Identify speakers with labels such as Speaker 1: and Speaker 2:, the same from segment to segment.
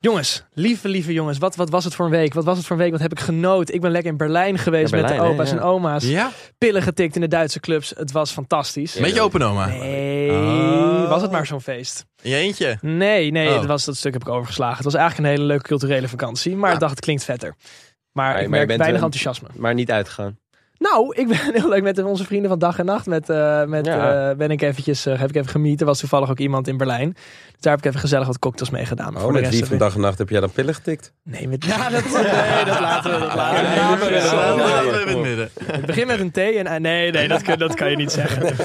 Speaker 1: Jongens, lieve, lieve jongens, wat, wat was het voor een week? Wat was het voor een week? Wat heb ik genoten? Ik ben lekker in Berlijn geweest
Speaker 2: Ja,
Speaker 1: met
Speaker 2: Berlijn,
Speaker 1: de
Speaker 2: hè,
Speaker 1: opa's
Speaker 2: ja.
Speaker 1: en oma's.
Speaker 3: Ja?
Speaker 1: Pillen getikt in de Duitse clubs. Het was fantastisch.
Speaker 3: Met je open oma?
Speaker 1: Nee,
Speaker 2: Ah.
Speaker 3: Oh.
Speaker 1: was het maar zo'n feest.
Speaker 3: In je eentje?
Speaker 1: Nee, nee,
Speaker 3: Oh.
Speaker 1: dat, was, dat stuk heb ik overgeslagen. Het was eigenlijk een hele leuke culturele vakantie, maar ik dacht het klinkt vetter. Maar
Speaker 2: Maar je
Speaker 1: ik merk
Speaker 2: bent eh,
Speaker 1: weinig
Speaker 2: een-
Speaker 1: enthousiasme.
Speaker 2: Maar niet uitgegaan.
Speaker 1: Nou, ik ben heel leuk met onze vrienden van dag en nacht. Met, eh, met,
Speaker 2: Ja.
Speaker 1: eh, ben ik eventjes, eh, heb ik even gemieten. Er was toevallig ook iemand in Berlijn. Dus daar heb ik even gezellig wat cocktails mee gedaan. Maar
Speaker 4: Oh,
Speaker 1: voor de
Speaker 4: met
Speaker 1: rest
Speaker 4: wie
Speaker 1: heb
Speaker 4: van dag en nacht heb jij dan pillen getikt?
Speaker 1: ik- Nee, met... Ja, dat, nee, dat laten we. Dat laten we.
Speaker 2: Ja,
Speaker 1: Nee,
Speaker 2: ja,
Speaker 1: dat-
Speaker 2: ja.
Speaker 1: dat-
Speaker 3: Laten we in het midden.
Speaker 1: Het begint met een T en... eh, Nee, nee, dat, kun- dat kan je niet zeggen.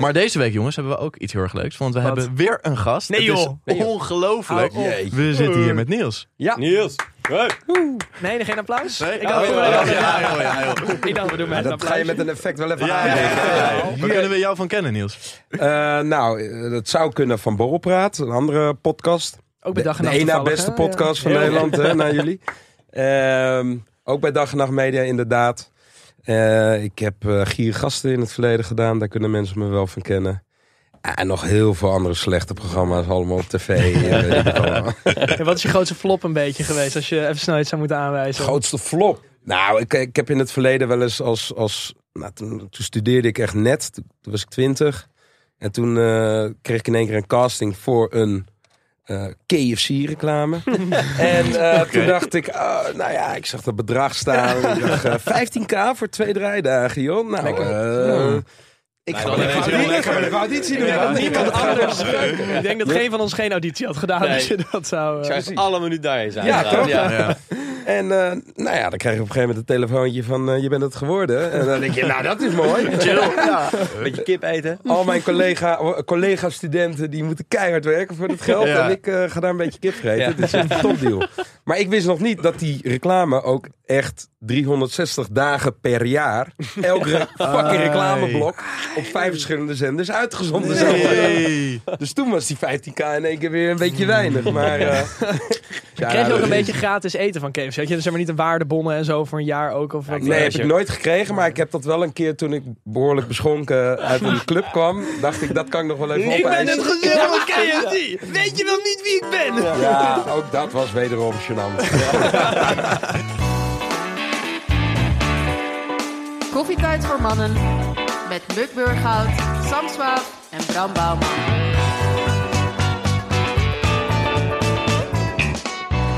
Speaker 3: Maar deze week, jongens, hebben we ook iets heel erg leuks. Want we
Speaker 1: Wat?
Speaker 3: hebben weer een gast.
Speaker 1: Nee,
Speaker 3: Het is
Speaker 1: joh.
Speaker 2: Nee, joh.
Speaker 3: Ongelooflijk.
Speaker 1: Hou op.
Speaker 3: Jeetje. We zitten hier met Niels.
Speaker 2: Ja.
Speaker 4: Niels!
Speaker 1: Nee, geen applaus?
Speaker 3: Nee?
Speaker 1: Ik dacht, we-
Speaker 2: Oh, ja,
Speaker 3: ja, joh, ja, joh.
Speaker 1: Ik dacht, we doen met een
Speaker 4: dat ga je
Speaker 1: applaus.
Speaker 4: met een effect wel even
Speaker 3: Ja, ja,
Speaker 4: aanleggen.
Speaker 3: ja, ja. Waar kunnen we jou van kennen, Niels?
Speaker 4: Eh, nou, eh, dat zou kunnen van Borrelpraat, een andere podcast.
Speaker 1: Ook bij
Speaker 4: De,
Speaker 1: dag en
Speaker 4: de
Speaker 1: nacht
Speaker 4: één na
Speaker 1: toevallig,
Speaker 4: beste
Speaker 1: hè? Ja.
Speaker 4: podcast van
Speaker 1: Heel
Speaker 4: Nederland, hè, naar jullie. Ehm, ook bij Dag en Nacht Media, inderdaad. Eh, ik heb eh Gier Gasten in het verleden gedaan, daar kunnen mensen me wel van kennen. Ah, en nog heel veel andere slechte programma's, allemaal op tv. eh, weet ik het allemaal.
Speaker 1: En wat is je grootste flop een beetje geweest? Als je even snel iets zou moeten aanwijzen.
Speaker 4: Grootste flop? Nou, ik, ik heb in het verleden wel eens als... als nou, toen, toen studeerde ik echt net. Toen, toen was ik twintig. En toen eh, kreeg ik in één keer een casting voor een eh, KFC-reclame. en eh, toen dacht ik, ah, nou ja, ik zag dat bedrag staan. ik dacht, eh, 15k voor twee draaidagen, joh. Nou, eh, ik ga
Speaker 3: dan
Speaker 4: wel
Speaker 3: is
Speaker 4: even
Speaker 3: het heel
Speaker 4: auditie- ik
Speaker 3: lekker.
Speaker 4: ga wel even auditie doen.
Speaker 1: Ja,
Speaker 4: Ja,
Speaker 1: niemand anders. Ik denk dat geen van ons geen auditie had gedaan
Speaker 2: Nee.
Speaker 1: als je dat zou... eh,
Speaker 2: Ik zou alle minuut daarheen zijn.
Speaker 4: Ja,
Speaker 2: trouwens.
Speaker 4: toch?
Speaker 2: Ja.
Speaker 3: Ja.
Speaker 4: En eh, nou ja, dan krijg je op een gegeven moment een telefoontje van eh, je bent het geworden. En dan denk je, nou dat is mooi.
Speaker 2: Beetje kip eten.
Speaker 4: Al mijn collega- collega-studenten die moeten keihard werken voor dat geld.
Speaker 3: Ja.
Speaker 4: En ik eh, ga daar een beetje kip vreten.
Speaker 2: Ja.
Speaker 4: Het is echt een topdeal. Maar ik wist nog niet dat die reclame ook echt 360 dagen per jaar... elk re- fucking reclameblok op vijf verschillende zenders uitgezonden zou worden.
Speaker 3: Hey.
Speaker 4: Dus toen was die 15k in één keer weer een beetje weinig. Maar eh, ja,
Speaker 1: Kreeg je ook
Speaker 4: dat
Speaker 1: een
Speaker 4: is-
Speaker 1: beetje gratis eten van KFC? Had je dus zeg maar niet een waardebonnen en zo voor een jaar ook? Of wat?
Speaker 4: Nee,
Speaker 2: Ja,
Speaker 4: heb
Speaker 2: als je-
Speaker 4: ik nooit gekregen, maar ik heb dat wel een keer toen ik behoorlijk beschonken uit een club kwam. Dacht ik, dat kan ik nog wel even opeisen.
Speaker 1: gezellig van KFC! Weet je wel niet wie ik ben?
Speaker 4: Ja, ook dat was wederom gênant.
Speaker 5: Koffietijd voor mannen met Muk Burghout, Sam Swaap en Bram Bouwman.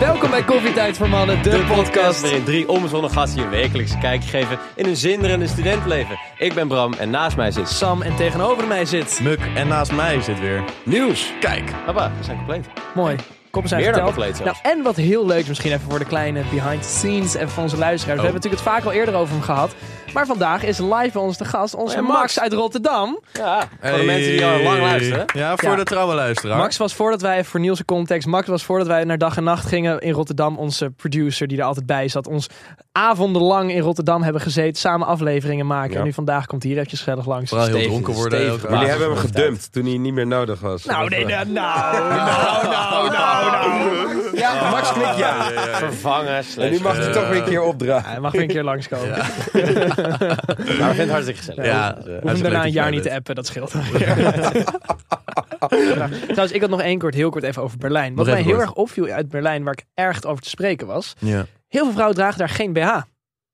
Speaker 1: Welkom bij Koffietijd voor Mannen, de,
Speaker 2: De podcast
Speaker 1: podcast.
Speaker 2: waarin drie onbezonnen gasten je wekelijks kijk geven in een zinderende studentenleven. Ik ben Bram en naast mij zit...
Speaker 1: Sam en tegenover mij zit.
Speaker 3: Muk, en naast mij zit weer.
Speaker 4: Nieuws.
Speaker 3: Kijk.
Speaker 2: Papa, we zijn compleet.
Speaker 1: Mooi. Koppen zijn
Speaker 2: Meer dan
Speaker 1: verteld.
Speaker 2: compleet
Speaker 1: nou,
Speaker 2: zelfs.
Speaker 1: en wat heel leuk is misschien even voor de kleine behind the scenes en van onze luisteraars. We
Speaker 3: Oh.
Speaker 1: hebben natuurlijk het vaak al eerder over hem gehad. Maar vandaag is live bij ons de gast, onze
Speaker 2: Hey,
Speaker 1: Max.
Speaker 2: Max.
Speaker 1: uit Rotterdam.
Speaker 2: Ja, voor de mensen die al lang luisteren.
Speaker 3: Ja, voor
Speaker 1: Ja.
Speaker 3: de trouwe luisteraar.
Speaker 1: Max was voordat wij, voor Niels' context, Max was voordat wij naar dag en nacht gingen in Rotterdam. Onze producer die er altijd bij zat. Ons avondenlang in Rotterdam hebben gezeten, samen afleveringen maken.
Speaker 4: Ja.
Speaker 1: En nu vandaag komt hij hier eventjes gezellig langs.
Speaker 3: Vooral heel
Speaker 4: Stevig,
Speaker 3: dronken worden.
Speaker 4: stevig.
Speaker 3: heel
Speaker 4: Jullie
Speaker 3: gewaagd.
Speaker 4: hebben hem gedumpt toen hij niet meer nodig was.
Speaker 1: Nou, nee, nou, nou, nou, nou, nou.
Speaker 4: Ja, Max klik ja.
Speaker 2: Vervangen, slash.
Speaker 4: En nu mag hij toch weer een keer opdragen.
Speaker 1: Hij mag weer een keer langskomen.
Speaker 3: Ja.
Speaker 2: Maar we vinden Nou, het hartstikke gezellig.
Speaker 3: Ja,
Speaker 2: Dus, eh,
Speaker 3: hij
Speaker 1: Hoef
Speaker 3: is
Speaker 1: hem daarna
Speaker 3: leuk
Speaker 1: een jaar niet
Speaker 3: dat
Speaker 1: te appen, dat scheelt. Trouwens, ik had nog één kort, heel kort even over Berlijn. Wat mij
Speaker 3: Nog even
Speaker 1: heel
Speaker 3: kort.
Speaker 1: erg opviel uit Berlijn, waar ik erg over te spreken was.
Speaker 3: jij bent.
Speaker 1: Heel veel vrouwen dragen daar geen BH.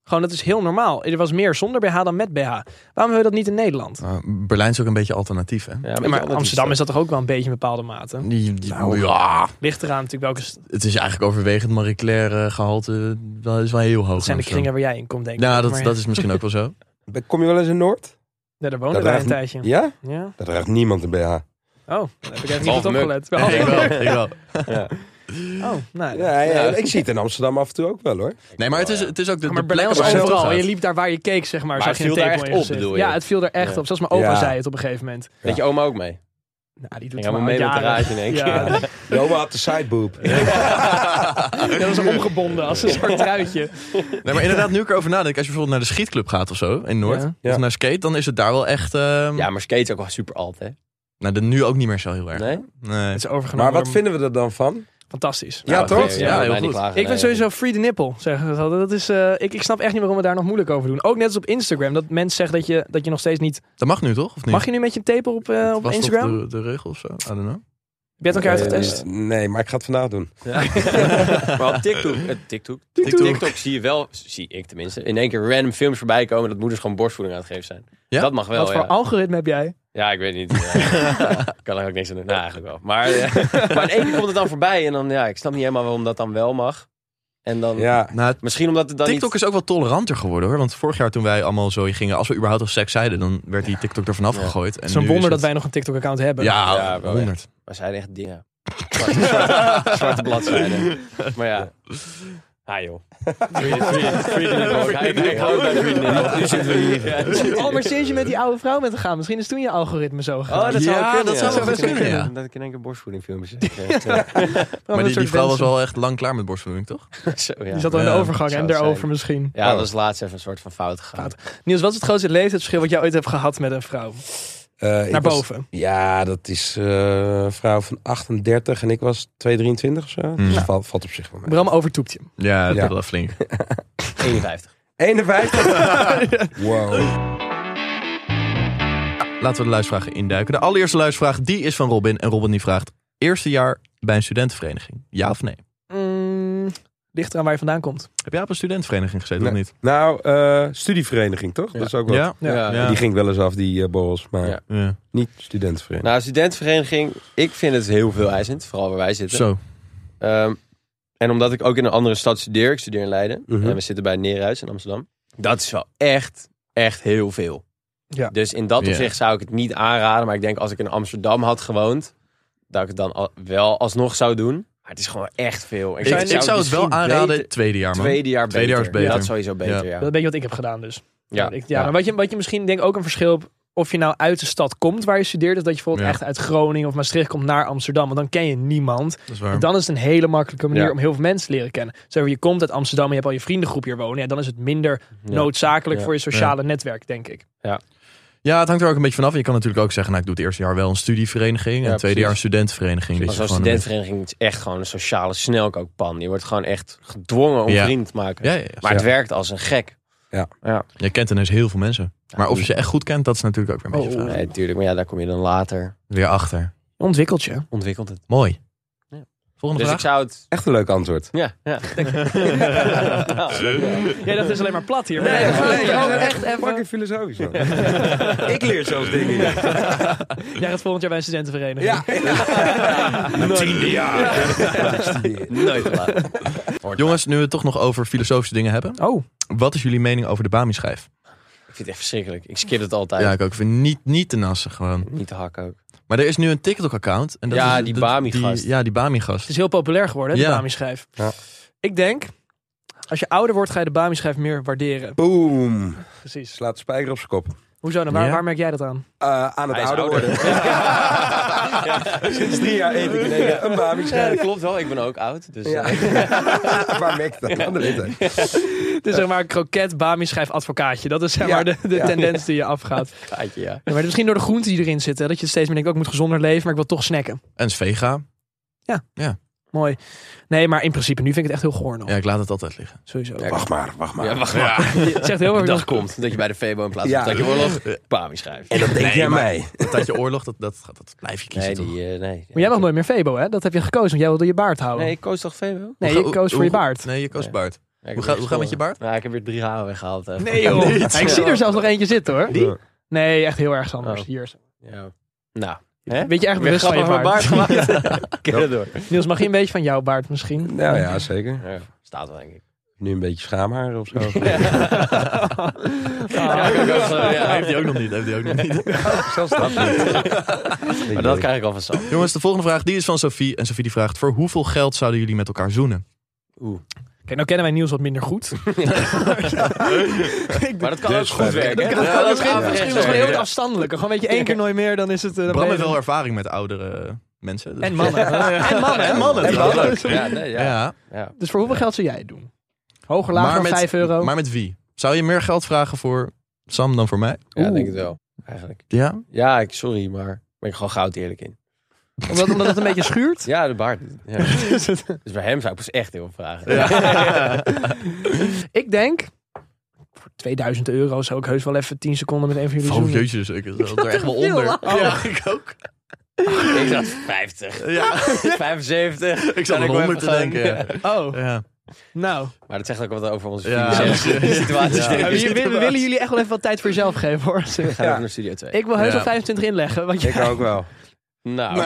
Speaker 1: Gewoon, dat is heel normaal. Er was meer zonder BH dan met BH. Waarom hebben we dat niet in Nederland?
Speaker 3: Ja. Maar Berlijn is ook een beetje alternatief, hè?
Speaker 2: ja,
Speaker 1: maar Amsterdam is dat toch ook wel een beetje in bepaalde mate?
Speaker 3: Die- die-
Speaker 1: Nou,
Speaker 3: ja,
Speaker 1: Ligt eraan natuurlijk welke... st-
Speaker 3: het is eigenlijk overwegend Marie Claire eh, gehalte. Dat is wel heel hoog.
Speaker 1: Dat zijn de
Speaker 3: in Amsterdam.
Speaker 1: kringen waar jij in komt, denk ik.
Speaker 3: Nou, dat,
Speaker 1: Maar-
Speaker 3: dat is misschien ook wel zo.
Speaker 4: Kom je wel eens in Noord?
Speaker 1: Ja, Oh, daar woonden wij een
Speaker 4: draagt-
Speaker 1: tijdje.
Speaker 4: Ja?
Speaker 1: Ja.
Speaker 4: Daar draagt niemand een BH.
Speaker 1: Oh, daar heb ik even niet
Speaker 2: Behalve
Speaker 1: goed
Speaker 2: Muk.
Speaker 1: opgelet.
Speaker 3: ik wel, ik wel.
Speaker 1: Oh, nou,
Speaker 4: Ja, ja, ik zie het in Amsterdam af en toe ook wel hoor.
Speaker 3: Nee, maar het is, het is ook de,
Speaker 1: maar
Speaker 3: de
Speaker 1: Berlijn
Speaker 3: plek
Speaker 1: was
Speaker 3: waar je naartoe
Speaker 1: overal. En je
Speaker 3: gaat.
Speaker 1: liep daar waar je keek, zeg maar.
Speaker 2: Maar
Speaker 1: zag
Speaker 2: het
Speaker 1: je een
Speaker 2: viel daar
Speaker 1: tepel
Speaker 2: echt
Speaker 1: in
Speaker 2: op,
Speaker 1: gezicht.
Speaker 2: bedoel je?
Speaker 1: Ja, het viel er echt
Speaker 2: Ja.
Speaker 1: op. Zelfs mijn opa
Speaker 4: Ja.
Speaker 1: zei het op een gegeven moment.
Speaker 2: Weet je oma ook mee?
Speaker 1: Nou, die doet het
Speaker 2: Ging allemaal
Speaker 1: maar
Speaker 2: mee
Speaker 1: al
Speaker 2: met de
Speaker 1: jaren.
Speaker 2: raad in één keer.
Speaker 1: Ja,
Speaker 4: Joma had de sideboob.
Speaker 1: dat was omgebonden als een soort truitje.
Speaker 3: Nee, maar inderdaad, nu ik erover nadenk, als je bijvoorbeeld naar de schietclub gaat of zo in Noord,
Speaker 1: Ja.
Speaker 4: Ja.
Speaker 3: of naar skate, dan is het daar wel echt. ehm,
Speaker 2: Ja, maar skate is ook wel super alt, hè?
Speaker 3: Nou, de, nu ook niet meer zo heel erg.
Speaker 2: Nee?
Speaker 3: Nee.
Speaker 1: Het is overgenomen.
Speaker 4: Maar wat
Speaker 1: door-
Speaker 4: vinden we er dan van?
Speaker 1: Fantastisch.
Speaker 4: Ja,
Speaker 2: Nou,
Speaker 4: toch?
Speaker 2: oké,
Speaker 3: Ja, heel
Speaker 2: wij niet
Speaker 3: goed.
Speaker 2: klagen,
Speaker 1: Ik
Speaker 2: nee.
Speaker 1: vind sowieso free the nipple, zeggen ze dat. dat is, eh, ik, ik snap echt niet waarom we daar nog moeilijk over doen. Ook net als op Instagram. Dat mensen zeggen dat je, dat je nog steeds niet...
Speaker 3: Dat mag nu toch? Of niet?
Speaker 1: Mag je nu met je tepel op, eh, op
Speaker 3: Was dat
Speaker 1: Instagram?
Speaker 3: De, de regel of zo? I don't know.
Speaker 1: Heb jij het een keer uitgetest?
Speaker 4: Eh, nee, maar ik ga het vandaag doen.
Speaker 2: maar op TikTok, eh, TikTok, TikTok. zie je wel, zie ik tenminste, in één keer random films voorbij komen dat moeders gewoon borstvoeding aan het geven zijn.
Speaker 3: Ja?
Speaker 2: Dat mag wel,
Speaker 1: Wat voor
Speaker 2: ja.
Speaker 1: algoritme heb jij?
Speaker 2: Ja, ik weet niet. Ja. Ik kan er ook niks aan doen. Nou, eigenlijk wel. Maar, eh, maar in één keer komt het dan voorbij en dan, ja, ik snap niet helemaal waarom dat dan wel mag. En dan,
Speaker 4: Ja,
Speaker 3: Nou,
Speaker 2: misschien omdat het dan
Speaker 3: TikTok
Speaker 2: niet...
Speaker 3: is ook wel toleranter geworden hoor. Want vorig jaar toen wij allemaal zo gingen, als we überhaupt al seks zeiden, dan werd die TikTok er vanaf
Speaker 2: Ja.
Speaker 3: gegooid. En
Speaker 1: Het is een
Speaker 3: nu
Speaker 1: wonder
Speaker 3: is
Speaker 1: dat
Speaker 3: het-
Speaker 1: wij nog een TikTok-account hebben.
Speaker 3: Ja,
Speaker 2: Ja, wel, ja.
Speaker 3: 100.
Speaker 2: We zijn echt dingen. Zwarte, zwarte- zwarte bladzijden. Maar ja. Ah joh. Freedom- freedom- freedom in the book. Hij- hij gelooft bij freedom in the book. Nu zitten we hier. Ja, nu zitten we
Speaker 1: Oh, maar
Speaker 2: hier.
Speaker 1: sinds je met die oude vrouw bent gegaan, misschien is toen je algoritme zo gegaan.
Speaker 2: Oh, dat zou
Speaker 3: Ja,
Speaker 2: wel kunnen.
Speaker 3: dat zou
Speaker 1: wel kunnen,
Speaker 3: ja.
Speaker 2: Dat ik in één keer borstvoedingfilmpjes heb. Ja.
Speaker 1: Wel
Speaker 3: Maar
Speaker 1: een
Speaker 3: die, die
Speaker 1: soort
Speaker 3: vrouw was
Speaker 1: wensen.
Speaker 3: wel echt lang klaar met borstvoeding, toch?
Speaker 2: Zo, ja.
Speaker 1: Die zat al in de
Speaker 3: Ja,
Speaker 1: overgang
Speaker 2: zou
Speaker 1: en
Speaker 2: het
Speaker 1: daarover
Speaker 2: zijn.
Speaker 1: misschien.
Speaker 2: Ja, dat is laatst even een soort van fout gegaan.
Speaker 1: Niels, wat is het grootste leeftijdsverschil wat jij ooit hebt gehad met een vrouw?
Speaker 4: eh, ik
Speaker 1: Naar
Speaker 4: was-
Speaker 1: boven.
Speaker 4: ja, dat is eh, een vrouw van 38 en ik was 223 of zo. Dus
Speaker 3: Ja.
Speaker 4: valt, valt op zich wel mee.
Speaker 1: Bram overtoept je.
Speaker 3: Ja, dat
Speaker 4: Ja.
Speaker 3: wel flink.
Speaker 2: 51.
Speaker 4: 51?
Speaker 1: Ah.
Speaker 4: wow.
Speaker 3: Laten we de luistervragen induiken. De allereerste luistervraag, die is van Robin. En Robin die vraagt, eerste jaar bij een studentenvereniging. Ja of nee?
Speaker 1: Mm, ligt eraan waar je vandaan komt.
Speaker 3: Heb jij op een studentenvereniging gezeten of
Speaker 4: Nee.
Speaker 3: niet?
Speaker 4: Nou, eh, studievereniging toch? Dat is ook wel.
Speaker 3: Ja?
Speaker 1: Ja.
Speaker 2: Ja.
Speaker 3: Ja.
Speaker 4: Die ging wel eens af, die eh, borrels, maar
Speaker 2: Ja.
Speaker 3: Ja.
Speaker 4: niet studentenvereniging.
Speaker 2: Nou, studentenvereniging, ik vind het heel veel eisend. Vooral waar wij zitten.
Speaker 3: Zo.
Speaker 2: Ehm, en omdat ik ook in een andere stad studeer, ik studeer in Leiden.
Speaker 4: Mhm.
Speaker 2: En we zitten bij Neerhuis in Amsterdam. Dat is wel echt, echt heel veel.
Speaker 1: Ja.
Speaker 2: Dus in dat
Speaker 3: Ja.
Speaker 2: opzicht zou ik het niet aanraden. Maar ik denk als ik in Amsterdam had gewoond, dat ik het dan al- wel alsnog zou doen. Maar het is gewoon echt veel.
Speaker 3: Ik, ik zou het wel
Speaker 2: misschien
Speaker 3: aanraden,
Speaker 2: beter-
Speaker 3: tweede jaar man.
Speaker 2: tweede jaar
Speaker 3: Tweede jaar is
Speaker 2: beter.
Speaker 3: beter.
Speaker 2: Dat is sowieso beter, ja.
Speaker 1: Dat is een beetje wat ik heb gedaan dus.
Speaker 2: Ja.
Speaker 1: Ik- ja, Maar wat je, wat je misschien denk ik ook een verschil hebt, of je nou uit de stad komt waar je studeert, is dat je bijvoorbeeld
Speaker 3: Ja.
Speaker 1: echt uit Groningen of Maastricht komt naar Amsterdam. Want dan ken je niemand.
Speaker 3: Dat is waar.
Speaker 1: En dan is het een hele makkelijke manier
Speaker 2: Ja.
Speaker 1: om heel veel mensen te leren kennen. Zo, je komt uit Amsterdam en je hebt al je vriendengroep hier wonen. Ja, dan is het minder
Speaker 2: Ja.
Speaker 1: noodzakelijk
Speaker 2: Ja.
Speaker 1: voor je sociale netwerk, denk ik.
Speaker 3: Ja, het hangt er ook een beetje vanaf. Je kan natuurlijk ook zeggen, nou, ik doe het eerste jaar wel een studievereniging. en
Speaker 2: Ja,
Speaker 3: het tweede jaar een
Speaker 2: precies.
Speaker 3: studentenvereniging.
Speaker 2: Maar
Speaker 3: Dat
Speaker 2: zo'n
Speaker 3: je gewoon een beetje-
Speaker 2: studentenvereniging is echt gewoon een sociale snelkookpan. Je wordt gewoon echt gedwongen om
Speaker 3: Ja.
Speaker 2: vriend te maken.
Speaker 3: Ja, ja, ja.
Speaker 2: Maar het werkt als een gek.
Speaker 4: Ja.
Speaker 2: ja.
Speaker 3: Je kent ineens heel veel mensen. Maar of je ze echt goed kent, dat is natuurlijk ook weer een beetje
Speaker 1: Oh.
Speaker 3: vraag.
Speaker 2: Nee, tuurlijk. Maar ja, daar kom je dan later.
Speaker 3: Weer achter.
Speaker 1: Ontwikkelt je.
Speaker 2: Ontwikkelt het.
Speaker 3: Mooi.
Speaker 2: Ja.
Speaker 3: Volgende
Speaker 2: Dus ik
Speaker 3: vraag.
Speaker 2: zou het...
Speaker 4: Echt een leuk antwoord.
Speaker 2: Ja, ja.
Speaker 1: Ja, dat is alleen maar plat hier.
Speaker 2: Nee,
Speaker 1: Maar-
Speaker 2: nee,
Speaker 1: Ja,
Speaker 2: ja,
Speaker 1: maar echt
Speaker 4: Fucking
Speaker 1: even.
Speaker 4: filosofisch man. ik leer zelfs dingen. Ja.
Speaker 1: Jij gaat volgend jaar bij een studentenvereniging.
Speaker 4: Ja. Tiende jaar.
Speaker 2: Nooit te laat.
Speaker 3: Jongens, nu we het toch nog over filosofische dingen hebben.
Speaker 1: Oh,
Speaker 3: Wat is jullie mening over de Bami-schijf?
Speaker 2: Ik vind het echt verschrikkelijk. Ik skip het altijd.
Speaker 3: Ja, ik ook. Ik vind niet, niet te nassen gewoon.
Speaker 2: Niet te hakken ook.
Speaker 3: Maar er is nu een TikTok-account. en dat
Speaker 2: Ja,
Speaker 3: is-
Speaker 2: die
Speaker 3: dat-
Speaker 2: Bami-gast.
Speaker 3: die- Ja,
Speaker 1: het
Speaker 3: die Bami-gast.
Speaker 1: is heel populair geworden, hè, de
Speaker 3: Ja.
Speaker 1: Bami-schijf.
Speaker 4: Ja.
Speaker 1: Ik denk, als je ouder wordt, ga je de Bami-schijf meer waarderen.
Speaker 4: Boom.
Speaker 1: Precies.
Speaker 4: Slaat de spijker op zijn kop.
Speaker 1: Hoezo dan? Waar,
Speaker 3: Ja.
Speaker 1: waar merk jij dat aan?
Speaker 4: Eh, aan het
Speaker 2: Hij is
Speaker 4: ouder worden. Sinds drie jaar eet ik in één keer een Bami
Speaker 2: Ja,
Speaker 4: schijf.
Speaker 2: dat klopt wel. Ik ben ook oud. Dus
Speaker 4: Ja.
Speaker 2: eh,
Speaker 4: Waar merk je dat aan? Dat weet ik.
Speaker 1: Het is zeg maar een kroket, Bami-schijf, advocaatje. Dat is zeg
Speaker 4: Ja.
Speaker 1: maar de, de
Speaker 4: Ja.
Speaker 1: tendens die je afgaat. Ja,
Speaker 2: gaatje, ja.
Speaker 1: maar misschien door de groenten die erin zitten. hè, Dat je steeds meer denkt, ook moet gezonder leven, maar ik wil toch snacken.
Speaker 3: En is vega.
Speaker 1: Mooi. Nee, maar in principe, nu vind ik het echt heel goor nog.
Speaker 3: Ja, ik laat het altijd liggen.
Speaker 1: Sowieso.
Speaker 4: Wacht maar, wacht maar.
Speaker 2: Ja, wacht maar.
Speaker 1: Het zegt heel
Speaker 2: De
Speaker 1: erg
Speaker 2: dag komt dat je bij de Febo in plaats van
Speaker 4: Ja.
Speaker 2: dat je oorlog Bami schrijft.
Speaker 4: En dat denk jij
Speaker 3: maar-
Speaker 4: mij.
Speaker 3: Dat je oorlog, dat, dat, dat, blijf je kiezen
Speaker 2: Nee,
Speaker 3: toch?
Speaker 2: die, eh, nee.
Speaker 1: Maar jij mag nooit meer Febo, hè? Dat heb je gekozen, want jij wilde je baard houden.
Speaker 2: Nee, ik koos toch Febo?
Speaker 1: Nee,
Speaker 3: Hoe
Speaker 1: je
Speaker 3: ga-
Speaker 1: koos
Speaker 3: hoe-
Speaker 1: voor je
Speaker 3: hoe-
Speaker 1: baard.
Speaker 3: Nee, je koos
Speaker 2: Ja.
Speaker 3: baard.
Speaker 2: Ja, ik
Speaker 3: Hoe
Speaker 2: heb
Speaker 3: ga-
Speaker 2: weer
Speaker 3: hoe gaat het met je
Speaker 2: geschoren.
Speaker 3: baard?
Speaker 2: Nou, ik heb weer drie haren weggehaald. eh.
Speaker 1: Ja, ik zie er zelfs nog eentje zitten, hoor.
Speaker 4: Die?
Speaker 1: Nee, echt heel erg anders.
Speaker 2: Oh.
Speaker 1: Hier.
Speaker 2: Ja. Nou. Hè?
Speaker 1: Weet je echt bewust van je baard?
Speaker 2: gemaakt. Ik heb het door.
Speaker 1: Niels, mag je een beetje van jouw baard misschien?
Speaker 4: Nou ja, zeker.
Speaker 2: Ja, staat wel, denk ik.
Speaker 4: Nu een beetje schaamhaar of zo.
Speaker 2: Ja, ik ook wel zo, ja.
Speaker 3: heeft hij ook nog niet. Heeft hij ook nog niet.
Speaker 4: Zelfs dat niet.
Speaker 2: Maar dat krijg ik al van Sam.
Speaker 3: Jongens, de volgende vraag die is van Sophie. En Sophie die vraagt: Voor hoeveel geld zouden jullie met elkaar zoenen?
Speaker 2: Oeh.
Speaker 1: Oké, nou kennen wij Niels wat minder goed.
Speaker 2: Maar dat kan
Speaker 4: Dus
Speaker 2: ook goed
Speaker 4: verder.
Speaker 2: werken.
Speaker 1: Ja,
Speaker 2: Ja, dat
Speaker 1: misschien
Speaker 2: gaat
Speaker 1: misschien
Speaker 2: echt
Speaker 1: was gewoon heel wat
Speaker 2: werken.
Speaker 1: afstandelijker. Gewoon weet je één keer nooit meer, dan is het... eh, dan
Speaker 3: Bram
Speaker 1: ben
Speaker 3: heeft
Speaker 1: je-
Speaker 3: wel ervaring met oudere mensen. Dus-
Speaker 1: En mannen. En mannen.
Speaker 3: En mannen.
Speaker 4: En mannen.
Speaker 2: Ja, nee,
Speaker 3: Ja.
Speaker 2: ja. ja.
Speaker 1: Dus voor hoeveel geld zou jij het doen? Hoger, lager, dan 5 euro?
Speaker 3: maar met wie? Zou je meer geld vragen voor Sam dan voor mij? Oh,
Speaker 2: Ja, denk het wel. Eigenlijk.
Speaker 3: Ja.
Speaker 2: Ja, ik, sorry, maar daar ben ik gewoon goud eerlijk in.
Speaker 1: Omdat, omdat het een beetje schuurt?
Speaker 2: Ja, de baard. Ja.
Speaker 1: Is het-
Speaker 2: Dus bij hem zou ik pas echt heel veel vragen.
Speaker 1: Ik denk... Voor 2000 euro zou ik heus wel even 10 seconden met een van jullie
Speaker 3: Oh
Speaker 1: zoenen.
Speaker 3: jezus, ik zat er echt wel onder.
Speaker 1: Ja.
Speaker 3: ik ook.
Speaker 2: Ik dacht 50,
Speaker 3: Ja,
Speaker 2: 75.
Speaker 3: ik zat
Speaker 2: En
Speaker 3: aan
Speaker 2: wil
Speaker 3: 100 te
Speaker 2: even gaan-
Speaker 3: denken. Ja.
Speaker 1: Oh,
Speaker 3: Ja.
Speaker 1: nou.
Speaker 2: Maar dat zegt ook wat over onze
Speaker 3: Ja.
Speaker 2: financiële situatie.
Speaker 3: Ja.
Speaker 1: Ja,
Speaker 2: Ja.
Speaker 1: maar jullie- we willen jullie echt wel even wat tijd voor jezelf geven hoor.
Speaker 2: We gaan
Speaker 4: Ja.
Speaker 2: ook naar Studio 2.
Speaker 1: Ik wil heus
Speaker 3: Ja.
Speaker 1: wel 25 inleggen, want
Speaker 4: Ik
Speaker 1: ja,
Speaker 4: ook wel.
Speaker 2: Nou,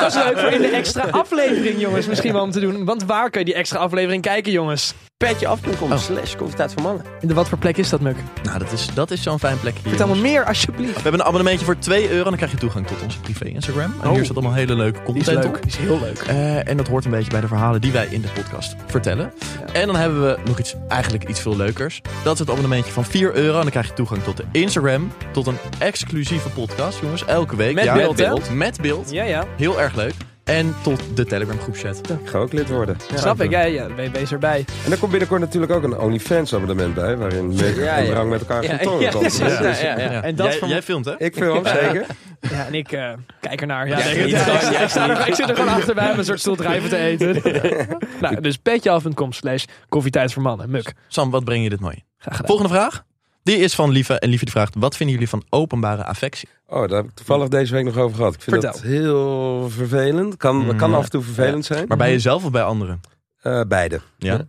Speaker 1: dat is leuk voor in de extra aflevering jongens misschien wel om te doen. Want waar kun je die extra aflevering kijken jongens?
Speaker 2: petje af.com slash koffietijd voor mannen.
Speaker 1: In de wat voor plek is dat Muk?
Speaker 3: Nou, dat is, dat is zo'n fijn plekje. hier.
Speaker 1: Vertel me meer alsjeblieft.
Speaker 3: We hebben een abonnementje voor 2 euro en dan krijg je toegang tot onze privé Instagram. En
Speaker 1: Oh.
Speaker 3: hier zit allemaal hele leuke content op.
Speaker 1: is heel leuk.
Speaker 3: Eh, en dat hoort een beetje bij de verhalen die wij in de podcast vertellen. En dan hebben we nog iets, eigenlijk iets veel leukers. Dat is het abonnementje van 4 euro. En dan krijg je toegang tot de Instagram. Tot een exclusieve podcast, jongens. Elke week.
Speaker 1: Met beeld, hè?
Speaker 3: Met beeld.
Speaker 1: Ja, ja.
Speaker 3: Heel erg leuk. En tot de Telegram groepchat.
Speaker 4: Ik ga ook lid worden.
Speaker 1: Snap ik. Ja, ja. BB is erbij.
Speaker 4: En er komt binnenkort natuurlijk ook een OnlyFans abonnement bij, waarin Mick
Speaker 2: Ja,
Speaker 4: en
Speaker 2: ja.
Speaker 4: Drang met elkaar
Speaker 2: Ja,
Speaker 4: gaan tongen
Speaker 2: ja,
Speaker 4: dansen.
Speaker 2: precies. Ja, ja, ja.
Speaker 1: En dat
Speaker 3: jij,
Speaker 1: van-
Speaker 3: jij filmt, hè?
Speaker 4: Ik film hem zeker.
Speaker 1: Ja, en ik eh, kijk ernaar. Ja,
Speaker 2: Ja,
Speaker 1: denk het.
Speaker 2: niet
Speaker 1: Ja,
Speaker 2: gewoon-
Speaker 1: ik,
Speaker 2: ja,
Speaker 1: sta er, ik zit er gewoon achterbij met een soort stoeldrijven te eten. nou, dus petjeaf.com slash koffietijd voor mannen. Muk.
Speaker 3: Sam, wat breng je dit mooi? in?
Speaker 1: Graag gedaan.
Speaker 3: Volgende vraag. Die is van Lieve. En Lieve die vraagt, wat vinden jullie van openbare affectie?
Speaker 4: Oh, daar heb ik toevallig deze week nog over gehad. Ik vind
Speaker 1: Vertel.
Speaker 4: dat heel vervelend. Kan,
Speaker 3: Mm.
Speaker 4: kan af en toe vervelend zijn.
Speaker 3: Maar bij jezelf of bij anderen?
Speaker 4: Eh, beide.
Speaker 3: Ja.
Speaker 1: Mhm.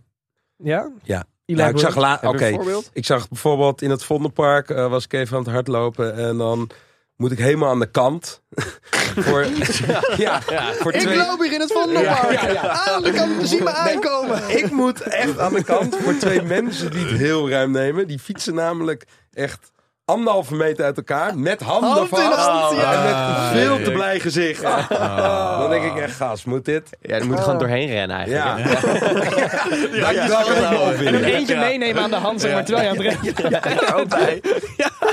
Speaker 1: Ja?
Speaker 4: Ja.
Speaker 1: Eli
Speaker 4: Nou, ik zag
Speaker 1: Brood.
Speaker 4: la-
Speaker 2: Heb je
Speaker 4: oké.
Speaker 2: een voorbeeld?
Speaker 4: Ik zag bijvoorbeeld in het Vondelpark eh, was ik even aan het hardlopen en dan moet ik helemaal aan de kant. voor, ja, voor twee,
Speaker 2: hier in het
Speaker 4: Vondelpark.
Speaker 2: Ja, ja, ja.
Speaker 4: Aan de kant, zie me aankomen. Ik moet echt aan de kant voor twee mensen die het heel ruim nemen. Die fietsen namelijk echt anderhalve meter uit elkaar met handen
Speaker 1: Hand in
Speaker 4: vast.
Speaker 1: hand, ja.
Speaker 4: En met een veel te
Speaker 2: Heerlijk.
Speaker 4: blij gezicht. Oh. Dan denk ik echt, gast, moet dit?
Speaker 2: Ja, dan moet je gewoon doorheen rennen eigenlijk.
Speaker 4: Ja.
Speaker 2: hè?
Speaker 4: ja. Dat kan ik wel
Speaker 1: En
Speaker 4: vinden.
Speaker 1: hem eentje meenemen aan de hand, zeg maar, terwijl je aan het rennen bent.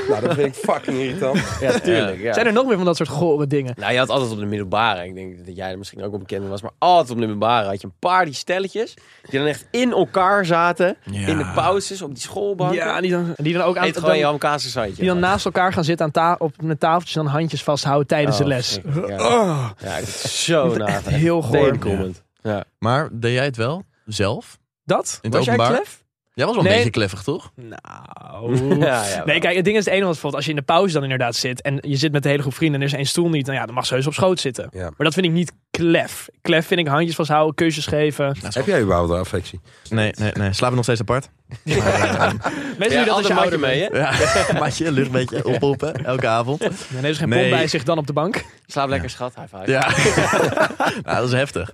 Speaker 4: Nou, dat vind ik fucking irritant.
Speaker 2: Ja, tuurlijk. Ja.
Speaker 1: Zijn er nog meer van dat soort gore dingen?
Speaker 2: Nou, je had altijd op de middelbare, ik denk dat jij er misschien ook op bekend mee was, maar altijd op de middelbare had je een paar die stelletjes die dan echt in elkaar zaten,
Speaker 3: Ja.
Speaker 2: in de pauzes, op die schoolbanken.
Speaker 1: Ja, die dan, die dan ook aan
Speaker 2: Eet gewoon je
Speaker 1: dan,
Speaker 2: ham kaas en zandje.
Speaker 1: die dan naast elkaar gaan zitten aan ta op met tafeltjes en dan handjes vasthouden tijdens de
Speaker 2: Oh,
Speaker 1: les.
Speaker 2: verschrikkelijk, Ja, ja ik vind het zo na.
Speaker 1: Echt heel goor.
Speaker 2: Tegenkomend. Ja.
Speaker 3: Maar deed jij het wel? Zelf?
Speaker 1: Dat?
Speaker 3: In het
Speaker 2: Was jij
Speaker 3: openbaar?
Speaker 2: klef?
Speaker 3: Jij was wel een
Speaker 1: Nee.
Speaker 3: beetje kleffig, toch?
Speaker 1: Nou.
Speaker 2: Ja, ja,
Speaker 1: nee,
Speaker 2: wel.
Speaker 1: kijk, het ding is het ene wat bijvoorbeeld als je in de pauze dan inderdaad zit en je zit met de hele groep vrienden en er is één stoel niet, dan ja, dan mag ze heus op schoot zitten.
Speaker 4: Ja.
Speaker 1: Maar dat vind ik niet klef. Klef vind ik handjes vasthouden, kusjes geven.
Speaker 4: Heb jij überhaupt een affectie?
Speaker 3: Nee, nee, nee. Slapen we nog steeds apart?
Speaker 1: Mensen
Speaker 2: Ja,
Speaker 1: die dat als
Speaker 2: altijd
Speaker 1: je
Speaker 2: maak je
Speaker 1: ouder
Speaker 2: mee,
Speaker 1: mee.
Speaker 2: hè?
Speaker 3: Ja, maatje, lucht een beetje oppoppen elke avond.
Speaker 1: Dan heeft ze geen
Speaker 3: Nee.
Speaker 1: pomp bij zich dan op de bank.
Speaker 2: Slaap lekker, schat. High five.
Speaker 3: Ja, nou, dat is heftig.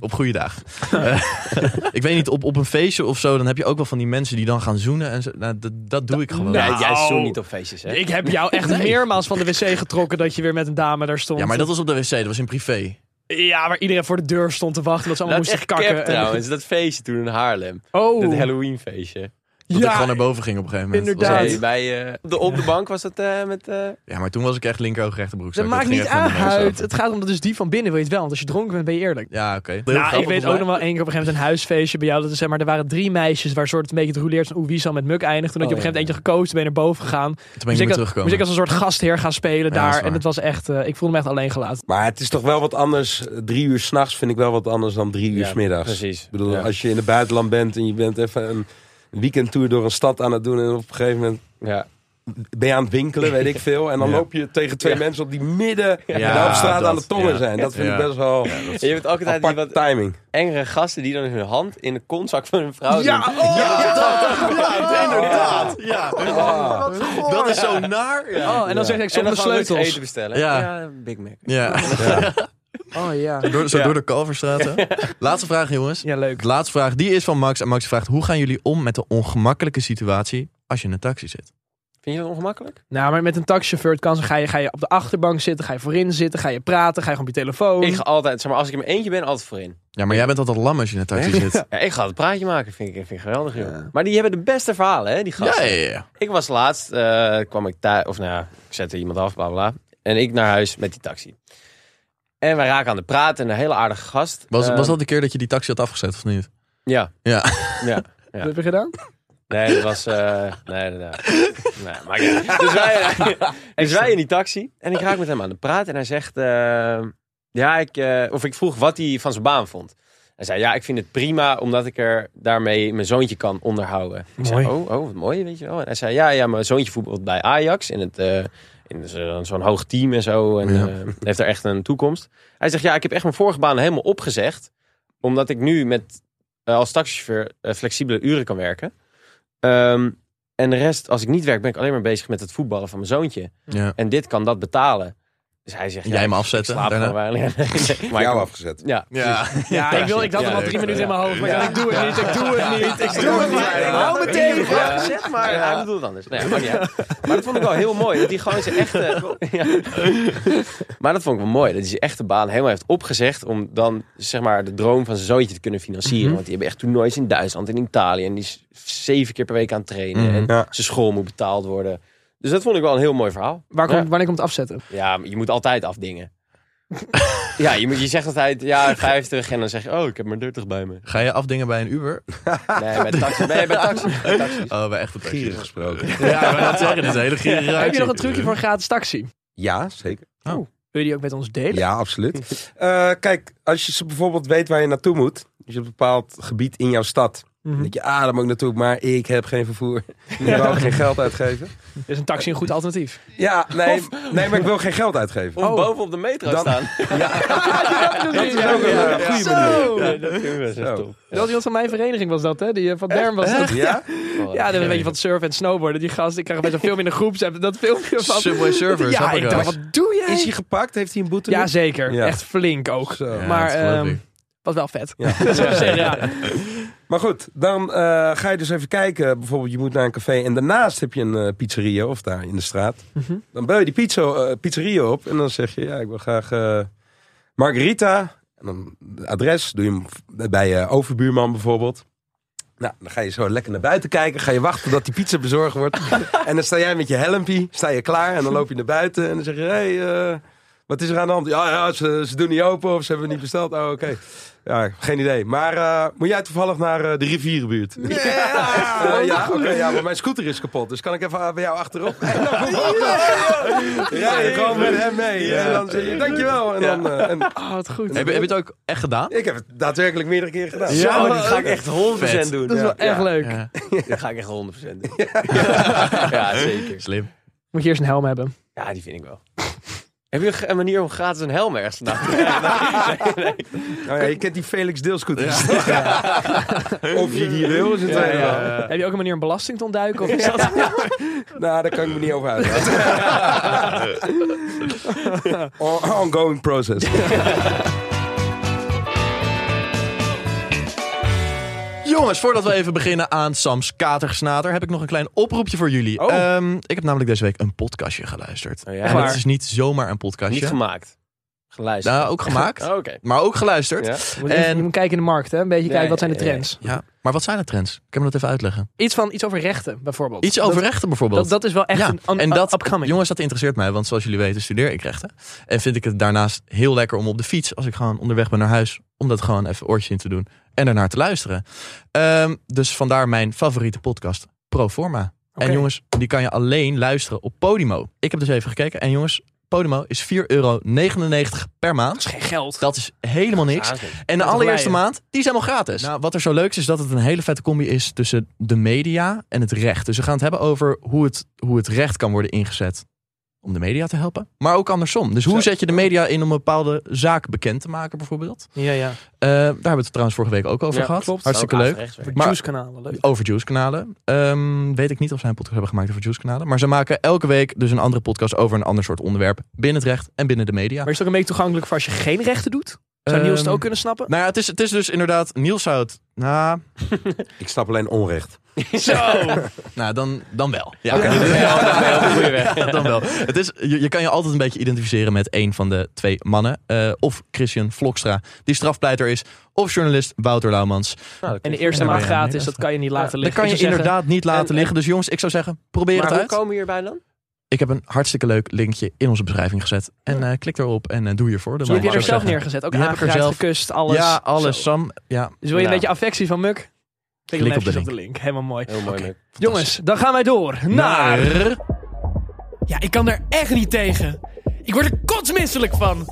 Speaker 3: Op goede dag. Eh, ik weet niet, op, op een feestje of zo, dan heb je ook wel van die mensen die dan gaan zoenen. En zo. Nou, dat, dat doe ik gewoon.
Speaker 1: Nou.
Speaker 2: Nee, jij
Speaker 1: Nou.
Speaker 2: zoent niet op feestjes, hè?
Speaker 1: Ik heb jou echt meermaals van de wc getrokken dat je weer met een dame daar stond.
Speaker 3: Ja, maar dat was op de wc, dat was in privé.
Speaker 1: Ja, waar iedereen voor de deur stond te wachten dat ze
Speaker 2: Dat
Speaker 1: allemaal
Speaker 2: is echt
Speaker 1: moesten kakken. eh.
Speaker 2: cap,
Speaker 1: En-
Speaker 2: trouwens. Dat feestje toen in Haarlem.
Speaker 1: Oh,
Speaker 2: Dat Halloween feestje.
Speaker 3: Dat ik
Speaker 1: ja.
Speaker 3: gewoon naar boven ging op een gegeven moment.
Speaker 1: Inderdaad.
Speaker 3: Dat was
Speaker 2: Nee, bij, eh, de, op de bank was dat eh, met... eh,
Speaker 3: echt- Ja, maar toen was ik echt linkeroog rechterbroek.
Speaker 1: Dat maakt niet uit. Het gaat om dat dus die van binnen weet wel. Want als je dronken bent, ben je eerlijk.
Speaker 3: Ja, oké.
Speaker 1: Nou, ik weet ook nog wel één keer op een gegeven moment een huisfeestje bij jou. Dat is, zeg maar, er waren drie meisjes waar soort een beetje het rouleert van oeh, wie zal met muk eindigen. Toen had je op een
Speaker 2: Oh,
Speaker 1: gegeven moment eentje gekozen, ben je naar boven gegaan.
Speaker 3: Toen ben ik niet meer
Speaker 1: als-
Speaker 3: teruggekomen.
Speaker 1: moest ik als een soort gastheer gaan spelen
Speaker 3: Ja, dat is
Speaker 1: daar.
Speaker 3: waar.
Speaker 1: En het was echt, eh, ik voelde me echt alleen gelaten.
Speaker 4: Maar het is toch wel wat anders. eh, Drie uur s'nachts vind ik wel wat anders dan drie uur
Speaker 2: Ja,
Speaker 4: 's middags.
Speaker 2: precies.
Speaker 4: Ik bedoel,
Speaker 2: Ja.
Speaker 4: als je in het buitenland bent en je bent even een weekendtour door een stad aan het doen. En op een gegeven moment
Speaker 2: ja.
Speaker 4: ben je aan het winkelen, weet ik veel. En dan
Speaker 3: Ja.
Speaker 4: loop je tegen twee
Speaker 2: Ja.
Speaker 4: mensen op die midden
Speaker 3: Ja,
Speaker 4: de straat
Speaker 3: dat,
Speaker 4: aan de tongen
Speaker 3: ja.
Speaker 4: zijn. Dat vind
Speaker 3: Ja.
Speaker 4: ik best wel
Speaker 2: En je hebt ook altijd die
Speaker 4: apart
Speaker 2: wat
Speaker 4: timing.
Speaker 2: engere gasten die dan hun hand in de kontzak van hun vrouw doen.
Speaker 1: oh,
Speaker 3: inderdaad. Ja. Dat is zo naar. Ja.
Speaker 1: Oh, en dan zeg ik
Speaker 2: En
Speaker 1: zonder
Speaker 2: dan gaan we iets
Speaker 1: sleutels.
Speaker 2: eten bestellen.
Speaker 3: Ja.
Speaker 2: Big Mac.
Speaker 3: Ja.
Speaker 1: Oh ja.
Speaker 3: Door, zo
Speaker 2: Ja.
Speaker 3: door de Kalverstraat. hè? Laatste vraag, jongens.
Speaker 1: Ja, leuk.
Speaker 3: De laatste vraag, die is van Max. En Max vraagt, hoe gaan jullie om met de ongemakkelijke situatie als je in een taxi zit?
Speaker 2: Vind je dat ongemakkelijk?
Speaker 1: Nou, maar met een taxichauffeur het kan zijn, ga je, ga je op de achterbank zitten, ga je voorin zitten, ga je praten, ga je gewoon op je telefoon.
Speaker 2: Ik ga altijd, zeg maar, als ik in mijn eentje ben, altijd voorin.
Speaker 3: Ja, maar jij bent altijd lam als je in een taxi zit.
Speaker 2: Ja, ik ga het praatje maken, vind ik, vind ik geweldig, joh. Maar die hebben de beste verhalen, hè, die
Speaker 3: Ja,
Speaker 2: gasten.
Speaker 3: ja, ja.
Speaker 2: Ik was laatst, eh, kwam ik thuis, of nou ja, ik zette iemand af, bla bla. bla. En ik naar huis met die taxi. En wij raken aan de praten en een hele aardige gast.
Speaker 3: Was,
Speaker 1: Ehm.
Speaker 2: eh,
Speaker 3: was dat de keer dat je die taxi had afgezet of niet?
Speaker 2: Ja.
Speaker 3: Ja.
Speaker 2: Ja.
Speaker 1: Wat heb je gedaan?
Speaker 2: Nee, dat was... eh, nee, nee, nee. nee maakt niet uit. dus, wij, dus wij in die taxi. En ik raak met hem aan de praat. En hij zegt... eh, ja, ik... eh, of ik vroeg wat hij van zijn baan vond. Hij zei, ja, ik vind het prima omdat ik er daarmee mijn zoontje kan onderhouden. Ik zei,
Speaker 1: Mooi.
Speaker 2: oh, oh, wat mooi, weet je wel. En hij zei, ja, ja, mijn zoontje voetbalt bij Ajax in het, eh, in zo- zo'n hoog team en zo. En
Speaker 3: Ja.
Speaker 2: eh, heeft er echt een toekomst. Hij zegt, ja, ik heb echt mijn vorige baan helemaal opgezegd. Omdat ik nu met, eh, als taxichauffeur eh, flexibele uren kan werken. Ehm, en de rest, als ik niet werk, ben ik alleen maar bezig met het voetballen van mijn zoontje.
Speaker 3: Ja.
Speaker 2: En dit kan dat betalen. Dus hij zegt,
Speaker 3: En
Speaker 2: ja,
Speaker 3: jij
Speaker 2: ik-
Speaker 3: me
Speaker 2: ik
Speaker 3: afzetten.
Speaker 2: slaap gewoon
Speaker 3: daarna.
Speaker 2: waar. Nee, nee, maar ik-
Speaker 4: jou afgezet.
Speaker 2: Ja,
Speaker 3: Ja.
Speaker 1: Ja, ik, wil, ik had
Speaker 2: Ja,
Speaker 1: hem al
Speaker 2: leuk.
Speaker 1: drie minuten in mijn hoofd, maar
Speaker 2: Ja.
Speaker 1: ik dacht, ik doe het niet, ik doe het niet, ik doe
Speaker 2: doe
Speaker 1: het
Speaker 2: het
Speaker 1: niet.
Speaker 2: maar.
Speaker 1: Hou me tegen.
Speaker 2: Ja, gezet, maar hij bedoelt het anders. Nee, maakt niet uit. Maar dat vond ik wel heel mooi. Dat die gewoon zijn echte... Ja. Maar dat vond ik wel mooi. Dat hij zijn echte baan helemaal heeft opgezegd... om dan zeg maar de droom van zijn zoontje te kunnen financieren. Want die hebben echt toernoois in Duitsland en Italië. En die is zeven keer per week aan het trainen.
Speaker 3: Mhm.
Speaker 2: En
Speaker 4: Ja.
Speaker 2: zijn school moet betaald worden. Dus dat vond ik wel een heel mooi verhaal.
Speaker 1: Waar
Speaker 2: Ja.
Speaker 1: komt, wanneer komt het afzetten?
Speaker 2: Ja, maar je moet altijd afdingen. ja, je, moet, je zegt altijd ja, 50 en dan zeg je... oh, ik heb maar 30 bij me.
Speaker 3: Ga je afdingen bij een Uber?
Speaker 2: Nee, bij taxi. Nee, bij taxi. Bij taxi.
Speaker 3: Oh, bij echt een taxi.
Speaker 4: Gierig gesproken.
Speaker 3: Ja, maar dat zeggen. Dat is een hele gierige
Speaker 1: Heb je nog een
Speaker 3: actie.
Speaker 1: trucje voor een gratis taxi?
Speaker 4: Ja, zeker.
Speaker 1: Wil je die ook met ons delen?
Speaker 4: Ja, absoluut. Eh, kijk, als je ze bijvoorbeeld weet waar je naartoe moet. Dus je hebt een bepaald gebied in jouw stad. Dan
Speaker 1: Mhm.
Speaker 4: denk je, ah, daar moet ik naartoe. Maar ik heb geen vervoer. Ik wil ook geen geld uitgeven.
Speaker 1: Is een taxi een goed alternatief?
Speaker 4: Ja, nee, nee maar ik wil geen geld uitgeven.
Speaker 2: Of
Speaker 1: Oh.
Speaker 2: boven op de metro
Speaker 4: Dan-
Speaker 2: staan.
Speaker 4: Dat is ook een eh, goede
Speaker 1: Zo!
Speaker 2: Ja, dat kunnen we
Speaker 4: Zo.
Speaker 2: zo. Top.
Speaker 1: Dat was iemand van mijn vereniging, was dat, hè? Die eh, van Derm was dat.
Speaker 4: manier. Ja?
Speaker 1: Ja, dat is een beetje van surfen en snowboarden. Die gast, ik krijg best wel veel minder groepsapp. Dat filmpje van...
Speaker 3: Subway Surfers.
Speaker 1: ja,
Speaker 3: hoppakee.
Speaker 1: ik dacht, wat doe jij?
Speaker 4: Is hij gepakt? Heeft hij een boete?
Speaker 1: Ja, zeker.
Speaker 4: Ja.
Speaker 1: Echt flink ook.
Speaker 4: Zo.
Speaker 3: Ja,
Speaker 1: maar
Speaker 3: dat geloof
Speaker 1: ehm,
Speaker 3: ik.
Speaker 1: was wel vet.
Speaker 4: Ja.
Speaker 1: Dat zou ik zeggen, ja.
Speaker 4: Maar goed, dan eh, ga je dus even kijken. Bijvoorbeeld, je moet naar een café en daarnaast heb je een eh, pizzeria of daar in de straat.
Speaker 1: Mhm.
Speaker 4: Dan bel je die pizza, eh, pizzeria op en dan zeg je, ja, ik wil graag eh margarita. En dan het adres, doe je hem bij je overbuurman bijvoorbeeld. Nou, dan ga je zo lekker naar buiten kijken. Ga je wachten tot die pizza bezorgd wordt. en dan sta jij met je helmpje, sta je klaar. En dan loop je naar buiten en dan zeg je, hé, hey, eh, wat is er aan de hand? Ja, ja ze, ze doen niet open of ze hebben niet besteld. Oh, oké. Ja, geen idee. Maar eh, moet jij toevallig naar eh, de rivierenbuurt? Nee! ja, oké, ja, maar mijn scooter is kapot, dus kan ik even bij jou achterop? En dan kom je Rij je gewoon met hem mee. En dan zeg je, dankjewel. En dan, eh, en,
Speaker 1: Oh, wat goed.
Speaker 3: Heb, je- heb je het ook echt gedaan?
Speaker 4: ik heb het daadwerkelijk meerdere keren gedaan.
Speaker 3: Ja,
Speaker 2: Ja,
Speaker 3: maar
Speaker 2: maar dat
Speaker 3: dat
Speaker 2: ga ik echt 100%
Speaker 3: Vet.
Speaker 2: doen.
Speaker 1: dat is
Speaker 2: Ja.
Speaker 1: wel echt leuk.
Speaker 3: Ja,
Speaker 2: Dat ga ik echt 100% doen. ja, zeker.
Speaker 3: slim.
Speaker 1: Moet je eerst een helm hebben.
Speaker 2: Ja, die vind ik wel. Heb je een manier om gratis een helm ergens te laten? Nee, nee.
Speaker 4: Oh ja, je kent die Felix deelscooter. Of je die wil, is het
Speaker 2: Ja,
Speaker 4: tweede
Speaker 2: ja.
Speaker 4: wel.
Speaker 1: Heb je ook een manier om belasting te ontduiken? Of is dat...
Speaker 4: Nou, daar kan ik me niet over uitlaten. On- Ongoing process.
Speaker 3: Jongens, voordat we even beginnen aan Sam's katergesnater, heb ik nog een klein oproepje voor jullie.
Speaker 1: Oh.
Speaker 3: Ehm, ik heb namelijk deze week een podcastje geluisterd.
Speaker 2: Oh ja,
Speaker 3: En
Speaker 1: waar?
Speaker 3: dat is niet zomaar een
Speaker 2: Niet
Speaker 3: podcastje.
Speaker 2: gemaakt. Geluisterd.
Speaker 3: Nou, ook gemaakt,
Speaker 2: Oh, Oké.
Speaker 3: maar ook geluisterd.
Speaker 2: Ja.
Speaker 1: Je moet even-
Speaker 3: En-
Speaker 1: Je moet kijken in de markt, hè? Een beetje
Speaker 2: Ja,
Speaker 1: kijken, wat
Speaker 2: ja,
Speaker 1: zijn de
Speaker 2: ja, ja.
Speaker 1: trends?
Speaker 3: Ja, maar wat zijn de trends? Ik kan me dat even uitleggen.
Speaker 1: Iets, van, iets over rechten, bijvoorbeeld.
Speaker 3: Iets
Speaker 1: Dat-
Speaker 3: over rechten bijvoorbeeld.
Speaker 1: Dat, dat is wel echt
Speaker 3: Ja,
Speaker 1: een un-
Speaker 3: en dat,
Speaker 1: upcoming.
Speaker 3: jongens, dat interesseert mij, want zoals jullie weten studeer ik rechten. En vind ik het daarnaast heel lekker om op de fiets, als ik gewoon onderweg ben naar huis, om dat gewoon even oortje in te doen en ernaar te luisteren. Ehm, dus vandaar mijn favoriete podcast, Proforma.
Speaker 1: Oké.
Speaker 3: En jongens, die kan je alleen luisteren op Podimo. Ik heb dus even gekeken en jongens, Podimo is 4,99 euro per maand.
Speaker 1: Geen geld.
Speaker 3: Dat is helemaal niks.
Speaker 2: Aanzien.
Speaker 3: En de
Speaker 1: Met
Speaker 3: allereerste
Speaker 1: leien.
Speaker 3: maand, die is helemaal gratis. Nou, wat er zo leuk is, is dat het een hele vette combi is tussen de media en het recht. Dus we gaan het hebben over hoe het, hoe het recht kan worden ingezet om de media te helpen. Maar ook andersom. Dus hoe zet je de media in om een bepaalde zaak bekend te maken, bijvoorbeeld?
Speaker 1: Ja, ja.
Speaker 3: Eh, daar hebben we het trouwens vorige week ook over
Speaker 2: Ja,
Speaker 3: gehad.
Speaker 1: klopt.
Speaker 3: Hartstikke
Speaker 2: Ook
Speaker 3: leuk.
Speaker 2: aangerechtswerk.
Speaker 1: Voor
Speaker 3: Maar-
Speaker 1: juice-kanalen, leuk.
Speaker 3: Over Juice-kanalen. Ehm, weet ik niet of zij een podcast hebben gemaakt over Juice-kanalen. Maar ze maken elke week dus een andere podcast over een ander soort onderwerp. Binnen het recht en binnen de media.
Speaker 1: Maar is het ook een beetje toegankelijk voor als je geen rechten doet? Zou Niels het
Speaker 3: Ehm,
Speaker 1: ook kunnen snappen?
Speaker 3: Nou ja, het is, het is dus inderdaad... Niels zou het... Nou,
Speaker 4: Ik snap alleen onrecht.
Speaker 3: Nou, dan, dan wel. Ja,
Speaker 2: Ja, dat is wel een goede weg.
Speaker 3: dan wel. Het is, je, je kan je altijd een beetje identificeren met een van de twee mannen. Eh, of Christian Vlokstra, die strafpleiter is. Of journalist Wouter Laumans.
Speaker 1: En de eerste maand
Speaker 3: Ja, maar ja,
Speaker 1: gratis,
Speaker 3: nee,
Speaker 1: dat kan je niet laten
Speaker 3: Dat
Speaker 1: liggen.
Speaker 3: kan je
Speaker 1: Ik zou zeggen,
Speaker 3: inderdaad niet laten
Speaker 2: en-
Speaker 3: liggen. Dus jongens, ik zou zeggen, probeer
Speaker 2: Maar
Speaker 3: het
Speaker 2: hoe
Speaker 3: uit.
Speaker 2: komen we hierbij dan?
Speaker 3: Ik heb een hartstikke leuk linkje in onze beschrijving gezet. En eh, klik erop en eh, doe je voor.
Speaker 1: Die heb je er zelf
Speaker 3: neer.
Speaker 1: neergezet. Ook
Speaker 3: Die heb ik er
Speaker 1: aangeraakt,
Speaker 3: zelf-
Speaker 1: gekust, alles.
Speaker 3: Ja, alles.
Speaker 1: Zo.
Speaker 3: Sam, ja.
Speaker 1: Dus wil je een
Speaker 2: Nou.
Speaker 1: beetje affectie van Muk? Klik, dan
Speaker 3: op de
Speaker 1: eventjes op de link. Helemaal mooi.
Speaker 2: Heel mooi. leuk.
Speaker 1: Jongens, dan gaan wij door naar... Ja, ik kan er echt niet tegen. Ik word er kotsmisselijk van.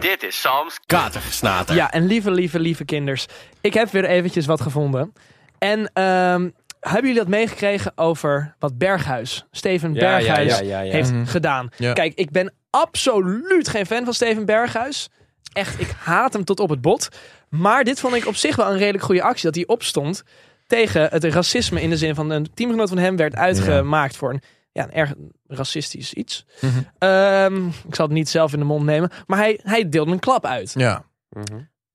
Speaker 6: Dit is Sam's Katergesnater.
Speaker 1: Ja, en lieve, lieve, lieve kinders. Ik heb weer eventjes wat gevonden. En ehm, Hebben jullie dat meegekregen over wat Berghuis, Steven
Speaker 2: Ja, ja,
Speaker 1: Berghuis,
Speaker 2: ja, ja, ja.
Speaker 1: heeft
Speaker 3: Mhm.
Speaker 1: gedaan?
Speaker 3: Ja.
Speaker 1: Kijk, ik ben absoluut geen fan van Steven Berghuis. Echt, ik haat hem tot op het bot. Maar dit vond ik op zich wel een redelijk goede actie. Dat hij opstond tegen het racisme. In de zin van een teamgenoot van hem werd uitgemaakt voor een, ja, een erg racistisch iets.
Speaker 3: Mhm.
Speaker 1: Ehm, ik zal het niet zelf in de mond nemen. Maar hij, hij deelde een klap uit.
Speaker 3: Ja.
Speaker 2: Mhm.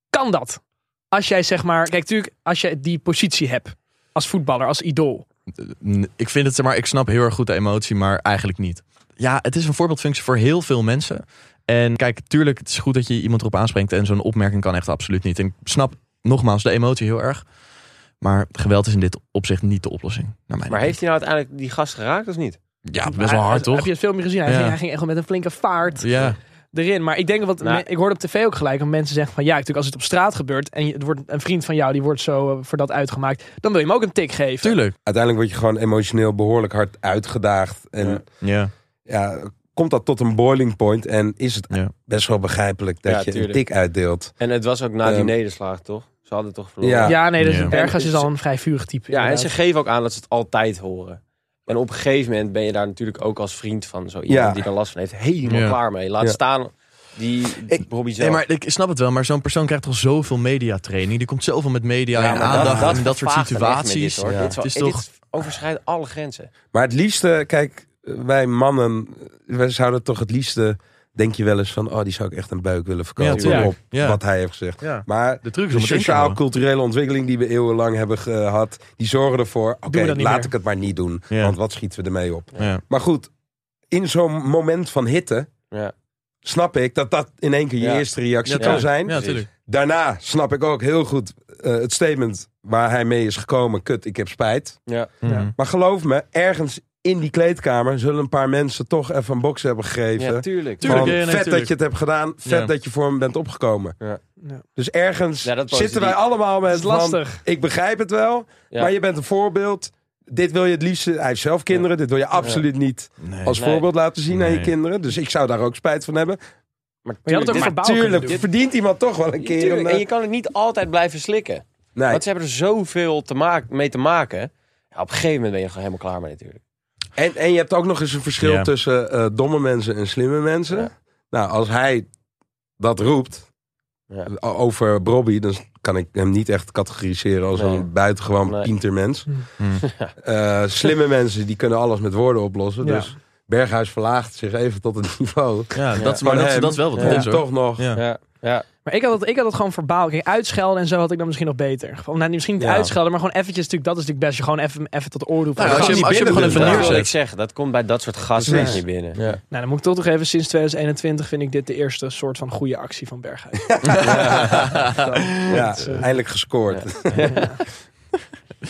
Speaker 1: Kan dat? Als jij zeg maar... Kijk, natuurlijk als je die positie hebt. Als voetballer, als idool.
Speaker 3: N- Ik vind het, zeg maar ik snap heel erg goed de emotie, maar eigenlijk niet. Ja, het is een voorbeeldfunctie voor heel veel mensen. En kijk, tuurlijk, het is goed dat je iemand erop aanspringt. En zo'n opmerking kan echt absoluut niet. En ik snap nogmaals de emotie heel erg. Maar geweld is in dit opzicht niet de oplossing. Naar mijn
Speaker 2: Maar heeft hij nou uiteindelijk die gast geraakt of niet?
Speaker 3: mening. Ja, best wel
Speaker 1: Maar,
Speaker 3: hard,
Speaker 1: Heb
Speaker 3: toch?
Speaker 1: je het filmpje gezien? Hij,
Speaker 3: Ja.
Speaker 1: ging, hij ging echt wel met een flinke vaart.
Speaker 3: Ja,
Speaker 1: erin. Maar ik denk wat
Speaker 2: Nou.
Speaker 1: me- ik hoorde op tv ook gelijk, want mensen zeggen van ja, natuurlijk als het op straat gebeurt en je- het wordt een vriend van jou die wordt zo eh, voor dat uitgemaakt, dan wil je hem ook een tik geven.
Speaker 3: tuurlijk.
Speaker 4: Uiteindelijk word je gewoon emotioneel behoorlijk hard uitgedaagd. En
Speaker 2: Ja.
Speaker 3: Ja.
Speaker 4: ja, komt dat tot een boiling point en is het
Speaker 3: Ja.
Speaker 4: best wel begrijpelijk dat
Speaker 2: Ja,
Speaker 4: je
Speaker 2: tuurlijk.
Speaker 4: een tik uitdeelt.
Speaker 2: En het was ook na die
Speaker 4: Ehm,
Speaker 2: nederslaag, toch? Ze hadden toch verloren.
Speaker 4: Ja.
Speaker 1: Ja, nee, dus
Speaker 3: Ja.
Speaker 1: Berghuis
Speaker 2: En-
Speaker 1: is al een vrij vurig type.
Speaker 2: Ja, en
Speaker 1: inderdaad.
Speaker 2: ze geven ook aan dat ze het altijd horen. En op een gegeven moment ben je daar natuurlijk ook als vriend van zo iemand
Speaker 4: Ja.
Speaker 2: die er last van heeft helemaal
Speaker 3: Ja.
Speaker 2: klaar mee. Laat
Speaker 4: Ja.
Speaker 2: staan die
Speaker 3: Ik-
Speaker 2: Bobby zelf.
Speaker 3: Nee, maar ik snap het wel. Maar zo'n persoon krijgt al zoveel mediatraining. Die komt zoveel met media en
Speaker 2: maar
Speaker 3: aandacht
Speaker 4: dat-
Speaker 3: en dat soort
Speaker 2: vervaagt hem echt met
Speaker 3: situaties.
Speaker 2: Dit, hoor.
Speaker 4: Ja.
Speaker 2: dit, is wel-
Speaker 3: Het is
Speaker 2: dit
Speaker 3: toch-
Speaker 2: overschrijdt alle grenzen.
Speaker 4: Maar het liefste, kijk, wij mannen, wij zouden toch het liefste, denk je wel eens van, oh, die zou ik echt een buik willen
Speaker 3: Ja,
Speaker 4: verkopen
Speaker 1: tuurlijk.
Speaker 4: op
Speaker 3: Ja.
Speaker 4: wat hij heeft gezegd.
Speaker 3: Ja.
Speaker 4: Maar
Speaker 3: De truc is
Speaker 4: de
Speaker 3: om het in te houden.
Speaker 4: sociaal-culturele ontwikkeling die we eeuwenlang hebben gehad, die zorgen ervoor, oké,
Speaker 1: we dat niet
Speaker 4: laat
Speaker 1: meer.
Speaker 4: ik het maar niet doen,
Speaker 3: Ja.
Speaker 4: want wat schieten we ermee op?
Speaker 3: Ja.
Speaker 4: Maar goed, in zo'n moment van hitte,
Speaker 2: Ja.
Speaker 4: snap ik dat dat in één keer je
Speaker 2: Ja.
Speaker 4: eerste reactie
Speaker 3: Ja,
Speaker 4: kan
Speaker 2: tuurlijk.
Speaker 4: zijn.
Speaker 3: Ja, natuurlijk.
Speaker 4: Daarna snap ik ook heel goed eh, het statement waar hij mee is gekomen. Kut, ik heb spijt.
Speaker 2: Ja.
Speaker 1: Ja.
Speaker 4: Maar geloof me, ergens in die kleedkamer zullen een paar mensen toch even een box hebben gegeven.
Speaker 2: ja, tuurlijk.
Speaker 3: Tuurlijk. ja,
Speaker 4: Van,
Speaker 3: nee,
Speaker 4: vet
Speaker 3: tuurlijk.
Speaker 4: dat je het hebt gedaan. Vet
Speaker 3: Ja.
Speaker 4: dat je voor hem bent opgekomen.
Speaker 2: Ja.
Speaker 1: Ja.
Speaker 4: Dus ergens
Speaker 2: Ja, dat positief.
Speaker 4: zitten wij allemaal met
Speaker 1: Dat is
Speaker 4: van,
Speaker 1: lastig.
Speaker 4: ik begrijp het wel,
Speaker 2: Ja.
Speaker 4: maar je bent een voorbeeld. Dit wil je het liefst... Hij heeft zelf kinderen. Dit wil je absoluut niet
Speaker 3: Mhm. Nee.
Speaker 4: als
Speaker 2: Nee.
Speaker 4: voorbeeld laten zien aan
Speaker 3: Nee.
Speaker 4: je kinderen. Dus ik zou daar ook spijt van hebben.
Speaker 2: Maar
Speaker 1: Maar je had het ook
Speaker 2: tuurlijk,
Speaker 1: verbaal kunnen
Speaker 4: Tuurlijk
Speaker 1: doen.
Speaker 4: verdient iemand toch wel een
Speaker 2: dit-
Speaker 4: keer...
Speaker 2: tuurlijk,
Speaker 4: om, eh,
Speaker 2: En je kan het niet altijd blijven slikken.
Speaker 4: nee.
Speaker 2: Want ze hebben er zoveel te maken, mee te maken. Ja, op een gegeven moment ben je er gewoon helemaal klaar mee natuurlijk.
Speaker 4: En, en je hebt ook nog eens een verschil
Speaker 3: Ja.
Speaker 4: tussen eh, domme mensen en slimme mensen.
Speaker 2: Ja.
Speaker 4: Nou, als hij dat roept
Speaker 2: Ja.
Speaker 4: o- over Bobby, dan kan ik hem niet echt categoriseren als
Speaker 2: Nee.
Speaker 4: een buitengewoon
Speaker 2: Nee.
Speaker 4: pintermens.
Speaker 3: Hmm.
Speaker 4: Eh, slimme mensen die kunnen alles met woorden oplossen.
Speaker 1: Ja.
Speaker 4: Dus Berghuis verlaagt zich even tot het niveau.
Speaker 3: Ja, dat,
Speaker 4: Van
Speaker 3: maar dat,
Speaker 4: hem.
Speaker 3: dat is wel wat
Speaker 4: Om
Speaker 3: het is, hoor.
Speaker 4: toch nog.
Speaker 3: Ja.
Speaker 2: Ja, ja.
Speaker 1: Maar ik had, dat, ik had dat gewoon verbaal. Kijk, uitschelden en zo had ik dan misschien nog beter. Of, nou, misschien niet
Speaker 4: Ja.
Speaker 1: uitschelden, maar gewoon eventjes, natuurlijk, dat is natuurlijk best. Je gewoon even, even tot de oor roept.
Speaker 3: Nou,
Speaker 1: van,
Speaker 3: als je
Speaker 1: "Gast,
Speaker 3: hem, als je hem gewoon even
Speaker 2: Dat
Speaker 4: binnen
Speaker 2: wil
Speaker 3: neerzet.
Speaker 2: ik zeggen. Dat komt bij dat soort gasten
Speaker 4: Precies.
Speaker 2: niet binnen.
Speaker 4: Ja.
Speaker 1: Nou, dan moet ik toch nog even, sinds 2021 vind ik dit de eerste soort van goede actie van Berghuis.
Speaker 4: Ja,
Speaker 1: Dat is, eh,
Speaker 4: eindelijk gescoord.
Speaker 1: Ja.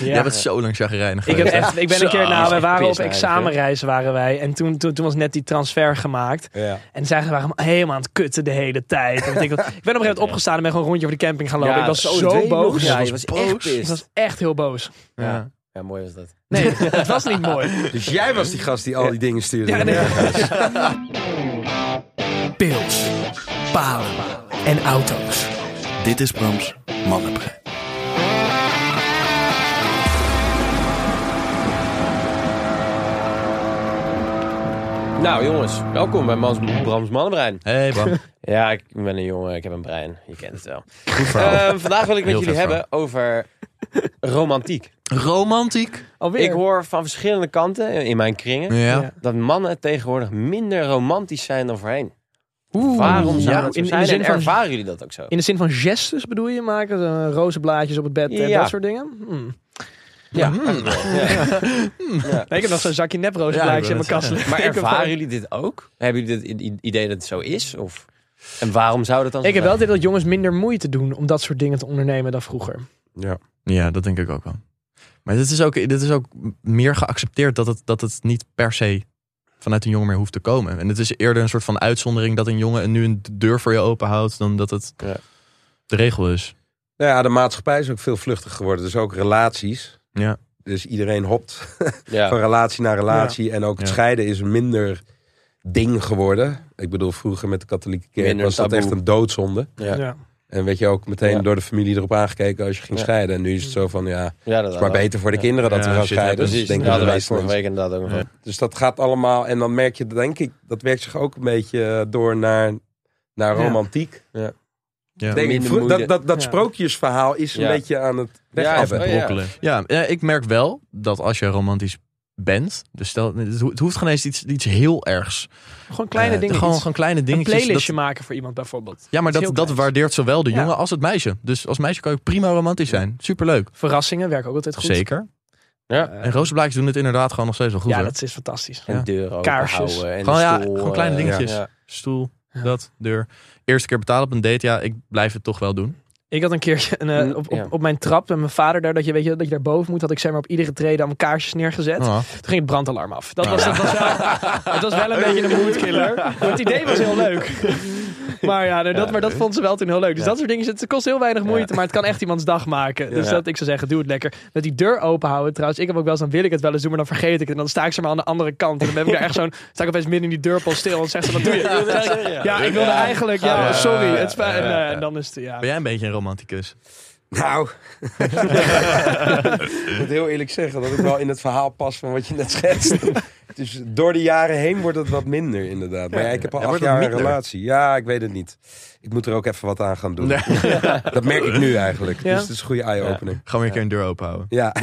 Speaker 3: Jij bent zo lang chagrijnig
Speaker 1: Ik, heb
Speaker 3: geweest.
Speaker 1: echt, ik ben een keer,
Speaker 2: Zo,
Speaker 1: nou, we
Speaker 2: echt
Speaker 1: waren op
Speaker 2: pis eigenlijk, hè?
Speaker 1: examenreis waren wij. En toen, toen, toen was net die transfer gemaakt.
Speaker 4: Ja.
Speaker 1: En zij waren helemaal aan het kutten de hele tijd. En ik, denk dat- ik ben op een gegeven moment opgestaan en ben gewoon een rondje over de camping gaan lopen. ik was
Speaker 2: dat
Speaker 1: zo
Speaker 2: weet ik nog.
Speaker 1: boos.
Speaker 2: Ja,
Speaker 1: ik,
Speaker 2: je was echt
Speaker 3: boos.
Speaker 1: was,
Speaker 2: pissed.
Speaker 1: echt heel boos.
Speaker 2: Ja. ja, mooi was dat.
Speaker 1: Nee, het was niet mooi.
Speaker 4: Dus jij was die gast die al die dingen stuurde.
Speaker 1: Ja, nee.
Speaker 4: Ja.
Speaker 1: Pils, palen en auto's.
Speaker 6: Dit is Brams Mannenbrein.
Speaker 2: Nou jongens, welkom bij Mans Brams Mannenbrein.
Speaker 3: Hey Bram.
Speaker 2: Ja, ik ben een jongen, ik heb een brein. Je kent het wel.
Speaker 3: Goed verhaal.
Speaker 2: Eh, vandaag wil ik met
Speaker 3: Heel
Speaker 2: jullie
Speaker 3: vet
Speaker 2: hebben over romantiek.
Speaker 3: Romantiek.
Speaker 1: Alweer.
Speaker 2: Ik hoor van verschillende kanten in mijn kringen
Speaker 1: Ja.
Speaker 3: Ja.
Speaker 2: dat mannen tegenwoordig minder romantisch zijn dan voorheen.
Speaker 1: Oeh.
Speaker 2: Waarom zou
Speaker 1: Ja,
Speaker 2: dat zo
Speaker 1: in, in de
Speaker 2: zijn?
Speaker 1: zin
Speaker 2: En
Speaker 1: van,
Speaker 2: ervaren jullie dat ook zo?
Speaker 1: in de zin van gestes bedoel je? Maken ze eh, rozenblaadjes op het bed en
Speaker 2: Ja.
Speaker 1: dat soort dingen? Hm.
Speaker 2: Ja.
Speaker 1: Nee, ik heb nog zo'n zakje nep rozenblaadjes
Speaker 3: Ja,
Speaker 1: in
Speaker 3: ik
Speaker 1: mijn kast
Speaker 3: wil het
Speaker 1: liggen.
Speaker 2: Maar
Speaker 1: Ik heb gewoon-
Speaker 2: ervaren jullie dit ook? Hebben jullie het i- idee dat het zo is? Of... En waarom zou dat dan zo
Speaker 1: Ik heb wel het
Speaker 2: zijn?
Speaker 1: idee dat jongens minder moeite doen om dat soort dingen te ondernemen dan vroeger.
Speaker 4: Ja.
Speaker 3: Ja, dat denk ik ook wel. Maar dit is ook, dit is ook meer geaccepteerd dat het, dat het niet per se vanuit een jongen meer hoeft te komen. En het is eerder een soort van uitzondering dat een jongen nu een deur voor je openhoudt dan dat het
Speaker 2: Ja.
Speaker 3: de regel is.
Speaker 4: Nou ja, de maatschappij is ook veel vluchtiger geworden. Dus ook relaties.
Speaker 3: Ja.
Speaker 4: Dus iedereen hopt
Speaker 2: Ja.
Speaker 4: van relatie naar relatie. En ook het
Speaker 3: Ja.
Speaker 4: scheiden is een minder ding geworden. Ik bedoel, vroeger met de katholieke kerk
Speaker 2: Minder
Speaker 4: was dat
Speaker 2: taboe.
Speaker 4: echt een doodzonde.
Speaker 2: Ja.
Speaker 1: Ja.
Speaker 4: Eh, En weet je ook meteen
Speaker 2: Ja.
Speaker 4: door de familie erop aangekeken als je ging
Speaker 2: Ja.
Speaker 4: scheiden. En nu is het zo van ja, het
Speaker 2: Ja,
Speaker 4: is maar beter voor de kinderen dat
Speaker 3: Ja,
Speaker 4: we gaan
Speaker 3: shit
Speaker 4: scheiden.
Speaker 3: happens.
Speaker 4: Dus,
Speaker 2: Precies,
Speaker 4: denk
Speaker 2: dat
Speaker 4: ik de
Speaker 2: hadden wij
Speaker 4: meeste
Speaker 2: vorige
Speaker 4: mensen.
Speaker 2: week inderdaad ook nog.
Speaker 3: Ja.
Speaker 2: over.
Speaker 4: dus dat gaat allemaal. En dan merk je, denk ik, dat werkt zich ook een beetje eh, door naar, naar
Speaker 1: Ja.
Speaker 4: romantiek.
Speaker 3: Ja.
Speaker 4: Ik Denk,
Speaker 2: Minder
Speaker 4: vroeg-
Speaker 2: moeite.
Speaker 4: dat dat, dat
Speaker 1: Ja.
Speaker 4: sprookjesverhaal is
Speaker 2: Ja.
Speaker 4: een beetje aan het
Speaker 2: Ja,
Speaker 4: weghebben.
Speaker 2: oh ja.
Speaker 3: brokkelen. Ja, ja, ik merk wel dat als je romantisch bent, dus stel, het ho- het hoeft geen eens iets, iets heel ergs.
Speaker 1: Gewoon kleine
Speaker 3: Eh,
Speaker 1: dingen.
Speaker 3: Gewoon,
Speaker 1: iets.
Speaker 3: gewoon kleine
Speaker 1: een
Speaker 3: dingetjes.
Speaker 1: playlistje
Speaker 3: dat-
Speaker 1: maken voor iemand bijvoorbeeld.
Speaker 3: ja, maar
Speaker 1: Iets
Speaker 3: dat,
Speaker 1: heel
Speaker 3: dat
Speaker 1: kleins.
Speaker 3: waard zowel de
Speaker 1: Ja.
Speaker 3: jongen als het meisje. Dus als meisje kan je prima romantisch zijn. Superleuk.
Speaker 1: Verrassingen werken ook altijd goed.
Speaker 3: Zeker.
Speaker 2: Ja.
Speaker 1: Eh,
Speaker 3: En rozenblaadjes doen het inderdaad gewoon nog steeds wel goed.
Speaker 1: ja,
Speaker 3: hoor.
Speaker 1: dat is fantastisch.
Speaker 2: En
Speaker 3: Ja.
Speaker 2: deuren
Speaker 1: Kaarsjes.
Speaker 2: openhouden en
Speaker 3: Gewoon,
Speaker 2: een
Speaker 3: ja,
Speaker 2: stoel,
Speaker 3: gewoon kleine
Speaker 2: eh,
Speaker 3: dingetjes.
Speaker 2: ja.
Speaker 3: Stoel,
Speaker 1: Ja.
Speaker 3: dat, deur. Eerste keer betalen op een date. Ja, ik blijf het toch wel doen.
Speaker 1: Ik had een keertje een, eh,
Speaker 2: Mm,
Speaker 1: op, op,
Speaker 2: ja.
Speaker 1: op mijn trap met mijn vader daar, dat je, weet je, dat je daar boven moet, had ik zeg maar op iedere trede allemaal kaarsjes neergezet.
Speaker 3: Ah.
Speaker 1: Toen ging het brandalarm af. Dat was, dat was wel, het was wel een beetje een moodkiller. Maar het idee was heel leuk. Maar ja, nee, dat, maar dat vond ze wel toen heel leuk. Dus dat soort dingen, het kost heel weinig moeite, maar het kan echt iemands dag maken. Dus
Speaker 2: Ja.
Speaker 1: dat, ik zou zeggen, doe het lekker. Met die deur open houden trouwens. Ik heb ook wel eens, dan wil ik het wel eens doen, maar dan vergeet ik het. En dan sta ik ze maar aan de andere kant. En dan heb ik daar echt zo'n, sta ik opeens midden in die deurpost stil. En dan zegt ze, wat doe je? Dan zeg ik, ja, ik wilde eigenlijk, ja,
Speaker 3: Ja.
Speaker 1: sorry. Het spijt,
Speaker 3: Ja.
Speaker 1: eh, en dan is het, ja.
Speaker 3: Ben jij een beetje een romanticus?
Speaker 4: Nou, ik moet heel eerlijk zeggen dat ik wel in het verhaal pas van wat je net schetst. Dus door de jaren heen wordt het wat minder inderdaad. Maar ja, ik heb al
Speaker 3: Ja,
Speaker 4: acht
Speaker 3: wordt het
Speaker 4: jaar een
Speaker 3: minder?
Speaker 4: relatie. Ja, ik weet het niet. Ik moet er ook even wat aan gaan doen. Dat merk ik nu eigenlijk.
Speaker 1: Ja.
Speaker 4: Dus het is een goede eye-opener.
Speaker 3: Gewoon weer een keer een deur open houden.
Speaker 4: Ja.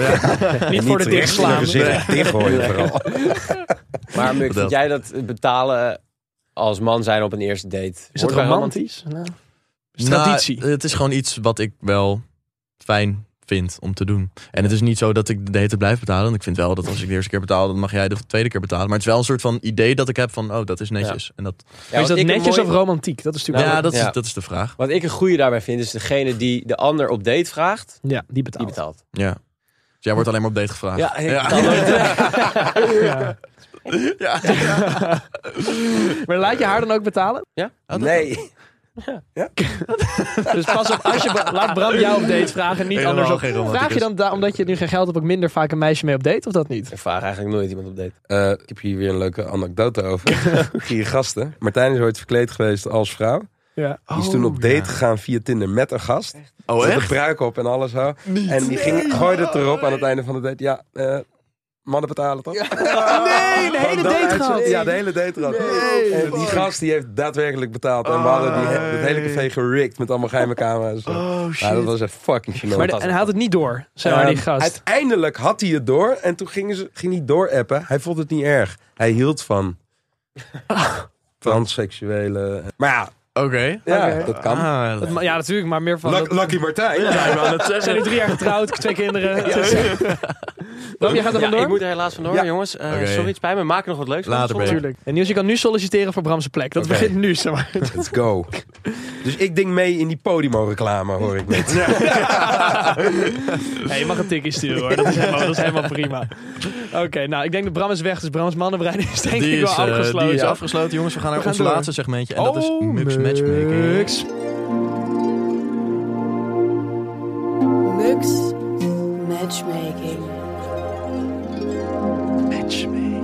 Speaker 1: Niet voor de
Speaker 4: recht in
Speaker 1: dichtslaan.
Speaker 4: gezicht dichtgooien vooral.
Speaker 2: Maar Muk,
Speaker 3: Vertel.
Speaker 2: vind jij dat betalen als man zijn op een eerste date...
Speaker 1: Is dat
Speaker 2: hoort bij
Speaker 1: romantisch? Nou, is traditie.
Speaker 3: Nou, het is gewoon iets wat ik wel fijn vind om te doen. En het is niet zo dat ik de hete blijf betalen. Want ik vind wel dat als ik de eerste keer betaal, dan mag jij de tweede keer betalen. Maar het is wel een soort van idee dat ik heb van, oh, dat is netjes. En dat,
Speaker 2: Ja,
Speaker 1: Maar is
Speaker 2: wat
Speaker 1: dat
Speaker 2: ik een
Speaker 1: netjes
Speaker 2: mooi-
Speaker 1: of romantiek? Dat is natuurlijk
Speaker 3: ja,
Speaker 1: wel-
Speaker 3: dat,
Speaker 2: ja.
Speaker 3: Is, dat is de vraag.
Speaker 2: Wat ik een goede daarbij vind, is degene die de ander op date vraagt,
Speaker 1: ja, die
Speaker 2: die
Speaker 1: betaalt.
Speaker 2: betaalt.
Speaker 3: Ja. Dus jij wordt alleen maar op date gevraagd.
Speaker 2: Ja, ik
Speaker 3: ja.
Speaker 2: betaal nooit.
Speaker 1: Ja. Maar laat je haar dan ook betalen?
Speaker 4: Nee.
Speaker 1: Dus pas op, als je be- laat Bram jou op date vragen, niet
Speaker 3: Helemaal
Speaker 1: andersom.
Speaker 3: geen romanticus.
Speaker 1: Vraag je dan, da- omdat je nu geen geld hebt, ook minder vaak een meisje mee op date, of dat niet?
Speaker 2: Ik vraag eigenlijk nooit iemand op date.
Speaker 1: Oh,
Speaker 4: Eh, ik heb hier weer een leuke anekdote over. Vier gasten. Martijn is ooit verkleed geweest als vrouw.
Speaker 1: Oh, Ja.
Speaker 4: Die is toen op date gegaan via Tinder met een gast.
Speaker 3: Oh,
Speaker 4: Met
Speaker 3: echt?
Speaker 4: een pruik op en alles zo. En die ging, gooide het erop aan het einde van de date. Ja, eh, mannen betalen toch?
Speaker 1: Nee, de hele
Speaker 4: Gewoon dat
Speaker 1: date
Speaker 4: uit-
Speaker 1: gehad.
Speaker 4: Ja, de hele date gehad. en die gast die heeft daadwerkelijk betaald. En we hadden die, het hele café gerigd met allemaal geheime camera's. Oh, shit. dat was echt fucking gênant.
Speaker 1: Maar de- en hij had het niet door, zeg maar, die
Speaker 4: Ehm,
Speaker 1: gast.
Speaker 4: Uiteindelijk had hij het door. En toen ging, ze, ging hij doorappen. Hij vond het niet erg. Hij hield van transseksuele. Maar ja,
Speaker 3: Oké.
Speaker 4: ja
Speaker 1: Oké.
Speaker 4: dat kan.
Speaker 3: Ah,
Speaker 1: Dat ma- Ja, natuurlijk, maar meer van...
Speaker 4: Luck-
Speaker 1: dat-
Speaker 4: Lucky Martijn.
Speaker 1: Ze zijn nu drie jaar getrouwd, twee kinderen. Dus- Bram, jij gaat er
Speaker 2: Ja,
Speaker 1: vandoor?
Speaker 2: ik moet er helaas vandoor,
Speaker 4: Ja.
Speaker 2: jongens. Eh,
Speaker 3: Oké.
Speaker 2: Sorry, het spijt me. Maak er nog wat leuks van.
Speaker 3: Later
Speaker 2: Soms-
Speaker 3: ben
Speaker 1: Tuurlijk. En Niels, je kan nu solliciteren voor Bram's plek. Dat
Speaker 4: Oké.
Speaker 1: begint nu, zeg maar.
Speaker 4: Let's go. Dus ik denk mee in die Podimo-reclame, hoor ik net.
Speaker 3: Dus-
Speaker 1: Ja, je mag een tikkie sturen hoor. Dat is helemaal, dat is helemaal prima. Oké, nou ik denk dat Bram is weg. Dus Brams mannenbrein is denk ik
Speaker 3: die,
Speaker 1: wel
Speaker 3: is, eh,
Speaker 1: afgesloten.
Speaker 3: die is afgesloten, jongens. We gaan naar
Speaker 1: gaan
Speaker 3: ons
Speaker 1: door.
Speaker 3: laatste segmentje. En dat is
Speaker 1: Oh,
Speaker 3: Mux Matchmaking.
Speaker 1: Mux.
Speaker 5: Mux Matchmaking.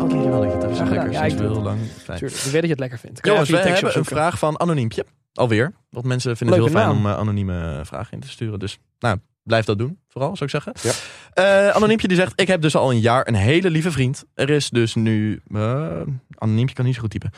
Speaker 3: Oh, dankjewel dat je het hebt.
Speaker 1: gedaan.
Speaker 3: Lekker,
Speaker 1: Ja,
Speaker 3: sinds
Speaker 1: ik doe
Speaker 3: heel lang. Fijn.
Speaker 1: Tuurlijk, ik weet dat je het lekker vindt. Kan je
Speaker 3: Jongens, we
Speaker 1: even je tekst
Speaker 3: hebben een
Speaker 1: opzoeken?
Speaker 3: vraag van Anoniempje. Alweer. Want mensen vinden het
Speaker 1: Leuke
Speaker 3: heel fijn
Speaker 1: naam.
Speaker 3: om eh, anonieme eh, vragen in te sturen. Dus nou, blijf dat doen. Vooral, zou ik zeggen. Eh, Anoniempje die zegt, ik heb dus al een jaar een hele lieve vriend. Er is dus nu... eh, Anoniempje kan niet zo goed typen.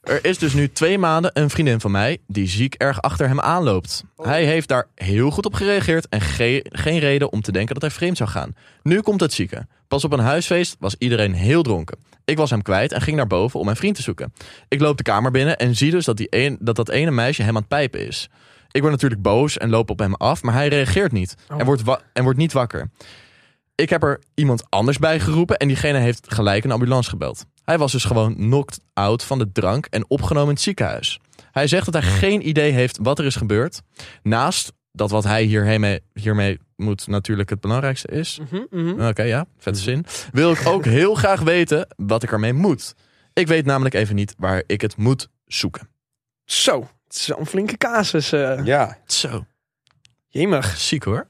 Speaker 3: Er is dus nu twee maanden een vriendin van mij die ziek erg achter hem aanloopt.
Speaker 1: Oh.
Speaker 3: Hij heeft daar heel goed op gereageerd en ge- geen reden om te denken dat hij vreemd zou gaan. Nu komt het zieke. Pas op een huisfeest was iedereen heel dronken. Ik was hem kwijt en ging naar boven om mijn vriend te zoeken. Ik loop de kamer binnen en zie dus dat, die een, dat dat ene meisje hem aan het pijpen is. Ik word natuurlijk boos en loop op hem af, maar hij reageert niet en, wordt wa- en wordt niet wakker. Ik heb er iemand anders bij geroepen en diegene heeft gelijk een ambulance gebeld. Hij was dus gewoon knocked out van de drank en opgenomen in het ziekenhuis. Hij zegt dat hij geen idee heeft wat er is gebeurd. Naast dat wat hij hiermee, hiermee moet natuurlijk het belangrijkste is.
Speaker 1: Mhm, mhm.
Speaker 3: Oké, ja, vette zin. Wil ik ook heel graag weten wat ik ermee moet. Ik weet namelijk even niet waar ik het moet zoeken.
Speaker 1: Zo, het is wel een flinke casus. eh.
Speaker 4: Ja,
Speaker 3: Zo,
Speaker 1: Jemig,
Speaker 3: ziek hoor.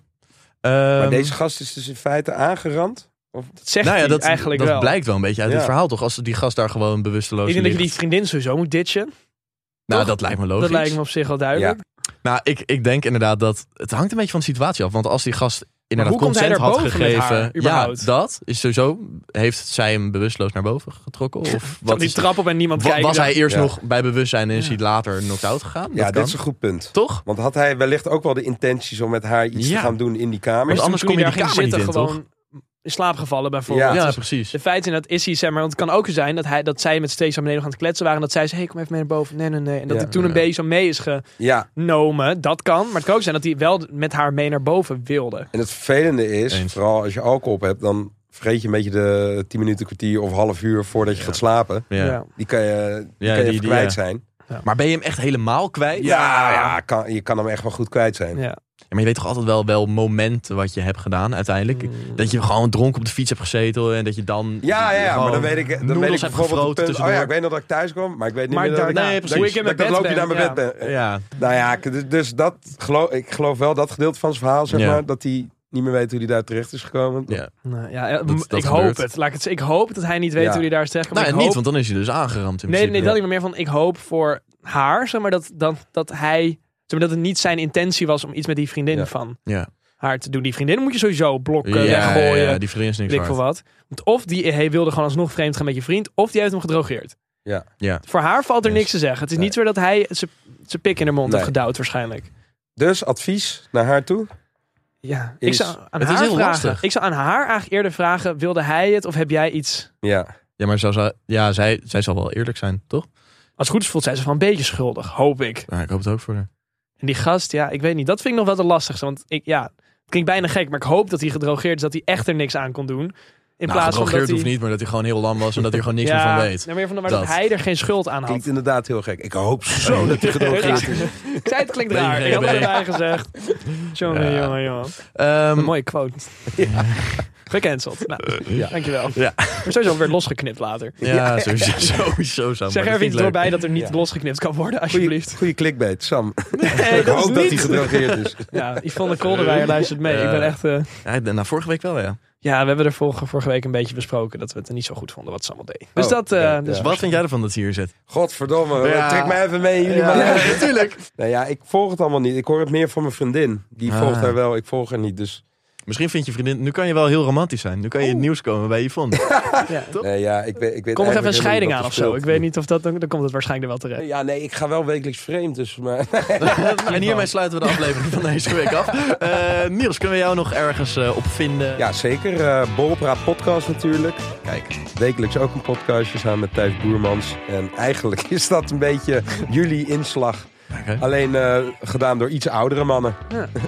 Speaker 4: maar
Speaker 3: Ehm,
Speaker 4: deze gast is dus in feite aangerand.
Speaker 1: dat zegt
Speaker 3: nou ja,
Speaker 1: hij
Speaker 3: dat,
Speaker 1: eigenlijk
Speaker 3: dat
Speaker 1: wel.
Speaker 3: blijkt dus wel een beetje uit
Speaker 4: Ja.
Speaker 3: dit verhaal toch? Als die gast daar gewoon bewusteloos
Speaker 1: ik denk dat je die
Speaker 3: ligt.
Speaker 1: vriendin sowieso moet ditchen.
Speaker 3: Nou,
Speaker 1: toch?
Speaker 3: dat lijkt me logisch.
Speaker 1: Dat lijkt me op zich al duidelijk.
Speaker 3: Nou, ik, ik denk inderdaad dat het hangt een beetje van de situatie af. Want als die gast inderdaad
Speaker 1: hoe komt hij
Speaker 3: consent had
Speaker 1: daarboven met haar,
Speaker 3: gegeven, ja,
Speaker 1: überhaupt?
Speaker 3: dat is sowieso. Heeft zij hem bewusteloos naar boven getrokken? Of
Speaker 1: Van
Speaker 3: wat
Speaker 1: die
Speaker 3: is,
Speaker 1: trap op en niemand
Speaker 3: wa-
Speaker 1: kijkt.
Speaker 3: was hij eerst
Speaker 4: Ja.
Speaker 3: nog bij bewustzijn en is hij later knock-out gegaan? dat
Speaker 4: Ja, dit
Speaker 3: kan.
Speaker 4: is een goed punt.
Speaker 3: toch?
Speaker 4: Want had hij wellicht ook wel de intenties om met haar iets
Speaker 3: Ja.
Speaker 4: te gaan doen in die kamer?
Speaker 1: Maar
Speaker 3: Want
Speaker 1: toen-
Speaker 3: anders
Speaker 1: toen
Speaker 3: kom je
Speaker 1: hij
Speaker 3: die
Speaker 1: daar
Speaker 3: kamer
Speaker 1: ging
Speaker 3: niet
Speaker 1: zitten,
Speaker 3: in,
Speaker 1: gewoon in slaap gevallen bijvoorbeeld.
Speaker 4: Ja.
Speaker 3: Ja,
Speaker 1: Dus
Speaker 3: precies.
Speaker 1: de feiten en dat is hij, zeg maar. Want het kan ook zijn dat, hij, dat zij met z'n tweeën zo beneden nog aan het kletsen waren. En dat zij zei, hey, kom even mee naar boven. Nee, nee, nee. En dat
Speaker 4: Ja.
Speaker 1: hij toen een
Speaker 3: Ja.
Speaker 1: beetje zo mee is
Speaker 4: Ja,
Speaker 1: genomen. Dat kan. Maar het kan ook zijn dat hij wel met haar mee naar boven wilde.
Speaker 4: en het vervelende is,
Speaker 3: Eens.
Speaker 4: vooral als je alcohol op hebt, dan vergeet je een beetje de 10 minuten kwartier of half uur voordat je gaat slapen.
Speaker 3: Ja.
Speaker 1: Ja.
Speaker 4: Die kan je, die
Speaker 3: Ja,
Speaker 4: kan
Speaker 3: die-
Speaker 4: je even
Speaker 3: die,
Speaker 4: kwijt
Speaker 3: ja.
Speaker 4: zijn.
Speaker 3: Maar ben je hem echt helemaal kwijt?
Speaker 4: Ja, ja kan, je kan hem echt wel goed kwijt zijn.
Speaker 1: Ja.
Speaker 3: Ja, maar je weet toch altijd wel, wel momenten wat je hebt gedaan uiteindelijk?
Speaker 1: Hmm.
Speaker 3: Dat je gewoon dronken op de fiets hebt gezeten en dat je dan...
Speaker 4: Ja, ja, ja, maar dan
Speaker 3: gewoon
Speaker 4: weet ik, dan weet ik
Speaker 3: noedels hebt
Speaker 4: bijvoorbeeld het
Speaker 3: gefroten
Speaker 4: punt, Oh ja,
Speaker 3: tussendoor.
Speaker 4: ik weet nog dat ik thuis kwam, maar ik weet niet
Speaker 1: Maar
Speaker 4: meer dat ik,
Speaker 1: daarna,
Speaker 3: Nee,
Speaker 4: dat,
Speaker 3: precies.
Speaker 4: ik-
Speaker 1: hoe ik in
Speaker 4: dat
Speaker 1: mijn
Speaker 4: ik dat
Speaker 1: bed
Speaker 4: loopje naar
Speaker 1: ben,
Speaker 4: mijn
Speaker 1: ja.
Speaker 4: bed ben.
Speaker 3: Ja,
Speaker 4: Nou ja, ik- dus- dus dat geloof, ik geloof wel dat gedeelte van zijn verhaal, zeg
Speaker 3: Ja.
Speaker 4: maar, dat hij niet meer weet hoe hij daar terecht is gekomen.
Speaker 3: ja.
Speaker 1: Nou, ja, eh,
Speaker 3: Dat-
Speaker 1: m-
Speaker 3: dat
Speaker 1: ik
Speaker 3: gebeurt.
Speaker 1: hoop het. Laat ik, het. zeggen. ik hoop dat hij niet weet
Speaker 4: Ja.
Speaker 1: hoe hij daar is terechtgekomen.
Speaker 3: Nou, en
Speaker 1: Ik
Speaker 3: niet,
Speaker 1: hoop-
Speaker 3: want dan is hij dus aangeramd in
Speaker 1: Nee,
Speaker 3: principe.
Speaker 1: nee, dat niet meer van. Ik hoop voor haar, zeg maar, dat, dat, dat hij... Zeg maar, dat het niet zijn intentie was om iets met die vriendin
Speaker 4: Ja.
Speaker 1: van
Speaker 3: Ja.
Speaker 1: haar te doen. Die vriendin moet je sowieso blokken,
Speaker 3: ja, ja,
Speaker 1: weggooien.
Speaker 3: ja, die vriendin is niks
Speaker 1: weet ik
Speaker 3: waard.
Speaker 1: voor wat. Want of die hij wilde gewoon alsnog vreemd gaan met je vriend, of die heeft hem gedrogeerd.
Speaker 4: Ja.
Speaker 3: Ja.
Speaker 1: Voor haar valt er
Speaker 3: Eens.
Speaker 1: niks te zeggen. Het is niet zo dat hij zijn pik in de mond
Speaker 4: Nee.
Speaker 1: heeft gedouwd waarschijnlijk.
Speaker 4: Dus advies naar haar toe.
Speaker 1: Ja, ik
Speaker 4: Is-
Speaker 1: zou aan
Speaker 3: is
Speaker 1: haar
Speaker 3: heel
Speaker 1: vragen.
Speaker 3: lastig.
Speaker 1: Ik zou aan haar eigenlijk eerder vragen: wilde hij het of heb jij iets?
Speaker 4: Ja,
Speaker 3: Ja, maar zou ze- ja, zij, zij zal wel eerlijk zijn, toch?
Speaker 1: Als het goed is voelt zij zich wel een beetje schuldig, hoop ik.
Speaker 3: Ja, ik hoop het ook voor haar.
Speaker 1: En die gast, ja, ik weet niet. Dat vind ik nog wel de lastigste. Want ik, ja, het klinkt bijna gek, maar ik hoop dat hij gedrogeerd is, dat hij echt er niks aan kon doen. In
Speaker 3: Nou,
Speaker 1: plaats van dat
Speaker 3: gedrogeerd
Speaker 1: hij.
Speaker 3: hoeft niet, maar dat hij gewoon heel lam was en dat hij er gewoon niks meer van weet.
Speaker 1: nou, meer van, maar dat.
Speaker 3: Dat.
Speaker 1: hij er geen schuld aan had.
Speaker 4: klinkt inderdaad heel gek. Ik hoop zo dat hij gedrogeerd is.
Speaker 1: Ik zei het klinkt
Speaker 3: Ben je
Speaker 1: raar. Ik
Speaker 3: geen
Speaker 1: had het
Speaker 3: been?
Speaker 1: erbij gezegd. Jongen,
Speaker 3: Ja.
Speaker 1: jongen, jongen.
Speaker 3: Ehm,
Speaker 1: Een mooie quote. Gecanceld. Nou, dankjewel.
Speaker 3: Ja.
Speaker 1: Maar sowieso weer losgeknipt later.
Speaker 3: ja, sowieso, sowieso Sam,
Speaker 1: Zeg
Speaker 3: maar
Speaker 1: er
Speaker 3: dat
Speaker 1: even iets
Speaker 3: vind ik leuk.
Speaker 1: doorbij dat er niet
Speaker 4: Ja.
Speaker 1: losgeknipt kan worden, alsjeblieft.
Speaker 4: Goede clickbait, Sam.
Speaker 1: Nee,
Speaker 4: ik
Speaker 1: dat is
Speaker 4: hoop dat hij
Speaker 1: niet.
Speaker 4: gedrogeerd is.
Speaker 1: Ja, Yvonne Kolderweijer luistert mee. Ik ben
Speaker 3: Ja.
Speaker 1: echt... eh,
Speaker 3: Ja, nou, vorige week wel, ja.
Speaker 1: ja, we hebben er vorige, vorige week een beetje besproken dat we het er niet zo goed vonden wat ze allemaal deed. Dus
Speaker 4: Oh,
Speaker 1: dat... eh,
Speaker 4: ja,
Speaker 1: dus
Speaker 4: ja.
Speaker 3: Wat vind jij ervan dat ze hier zit?
Speaker 4: Godverdomme,
Speaker 3: Ja.
Speaker 4: trek mij even mee in jullie
Speaker 3: Ja,
Speaker 4: maar.
Speaker 3: natuurlijk.
Speaker 4: Nou ja, ik volg het allemaal niet. Ik hoor het meer van mijn vriendin. Die
Speaker 3: Ah.
Speaker 4: volgt haar wel, ik volg haar niet. Dus
Speaker 3: Misschien vindt je vriendin... Nu kan je wel heel romantisch zijn. Nu kan je in het nieuws komen bij Yvonne.
Speaker 1: ja.
Speaker 4: nee, ja, ik weet, ik
Speaker 1: Komt nog
Speaker 4: weet eigenlijk
Speaker 1: even een
Speaker 4: helemaal
Speaker 1: scheiding
Speaker 4: niet
Speaker 1: aan
Speaker 4: wat
Speaker 1: of
Speaker 4: er
Speaker 1: zo. Ik
Speaker 4: speelt.
Speaker 1: weet niet of dat... Dan, dan komt het waarschijnlijk er wel terecht.
Speaker 4: Ja, nee, ik ga wel wekelijks vreemd. Dus, maar...
Speaker 3: en hiermee sluiten we de aflevering van deze week af. Eh, Niels, kunnen we jou nog ergens eh, op vinden?
Speaker 4: Ja, zeker. Eh, Borrelpraat podcast natuurlijk.
Speaker 3: Kijk.
Speaker 4: Wekelijks ook een podcastje samen met Thijs Boermans. En eigenlijk is dat een beetje jullie inslag.
Speaker 3: Oké.
Speaker 4: Alleen eh, gedaan door iets oudere mannen.
Speaker 1: Ja.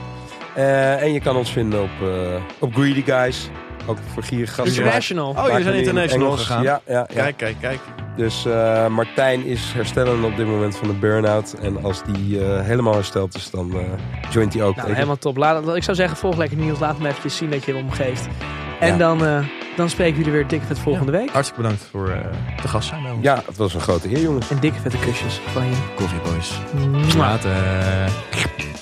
Speaker 4: Eh, en je kan ons vinden op, eh, op Greedy Guys. Ook voor gierige gasten.
Speaker 1: International.
Speaker 3: Oh, jullie zijn
Speaker 4: Maken we nu in
Speaker 3: international
Speaker 4: Engels.
Speaker 3: gegaan.
Speaker 4: Ja, ja, ja.
Speaker 3: Kijk, kijk, kijk.
Speaker 4: Dus eh, Martijn is herstellend op dit moment van de burn-out. En als die eh, helemaal hersteld is, dan eh, joint hij ook.
Speaker 1: Nou,
Speaker 4: Ik-
Speaker 1: helemaal top. Laat, ik zou zeggen, volg lekker Niels. Laat hem eventjes zien dat je hem omgeeft. En
Speaker 4: Ja.
Speaker 1: dan, eh, dan spreken jullie weer dikke vet volgende week.
Speaker 3: Hartstikke bedankt voor eh, de gast zijn bij ons.
Speaker 4: Ja, het was een grote eer, jongens.
Speaker 1: En dikke vette kusjes van je.
Speaker 3: Coffee Boys.
Speaker 1: Mwah.
Speaker 3: Later.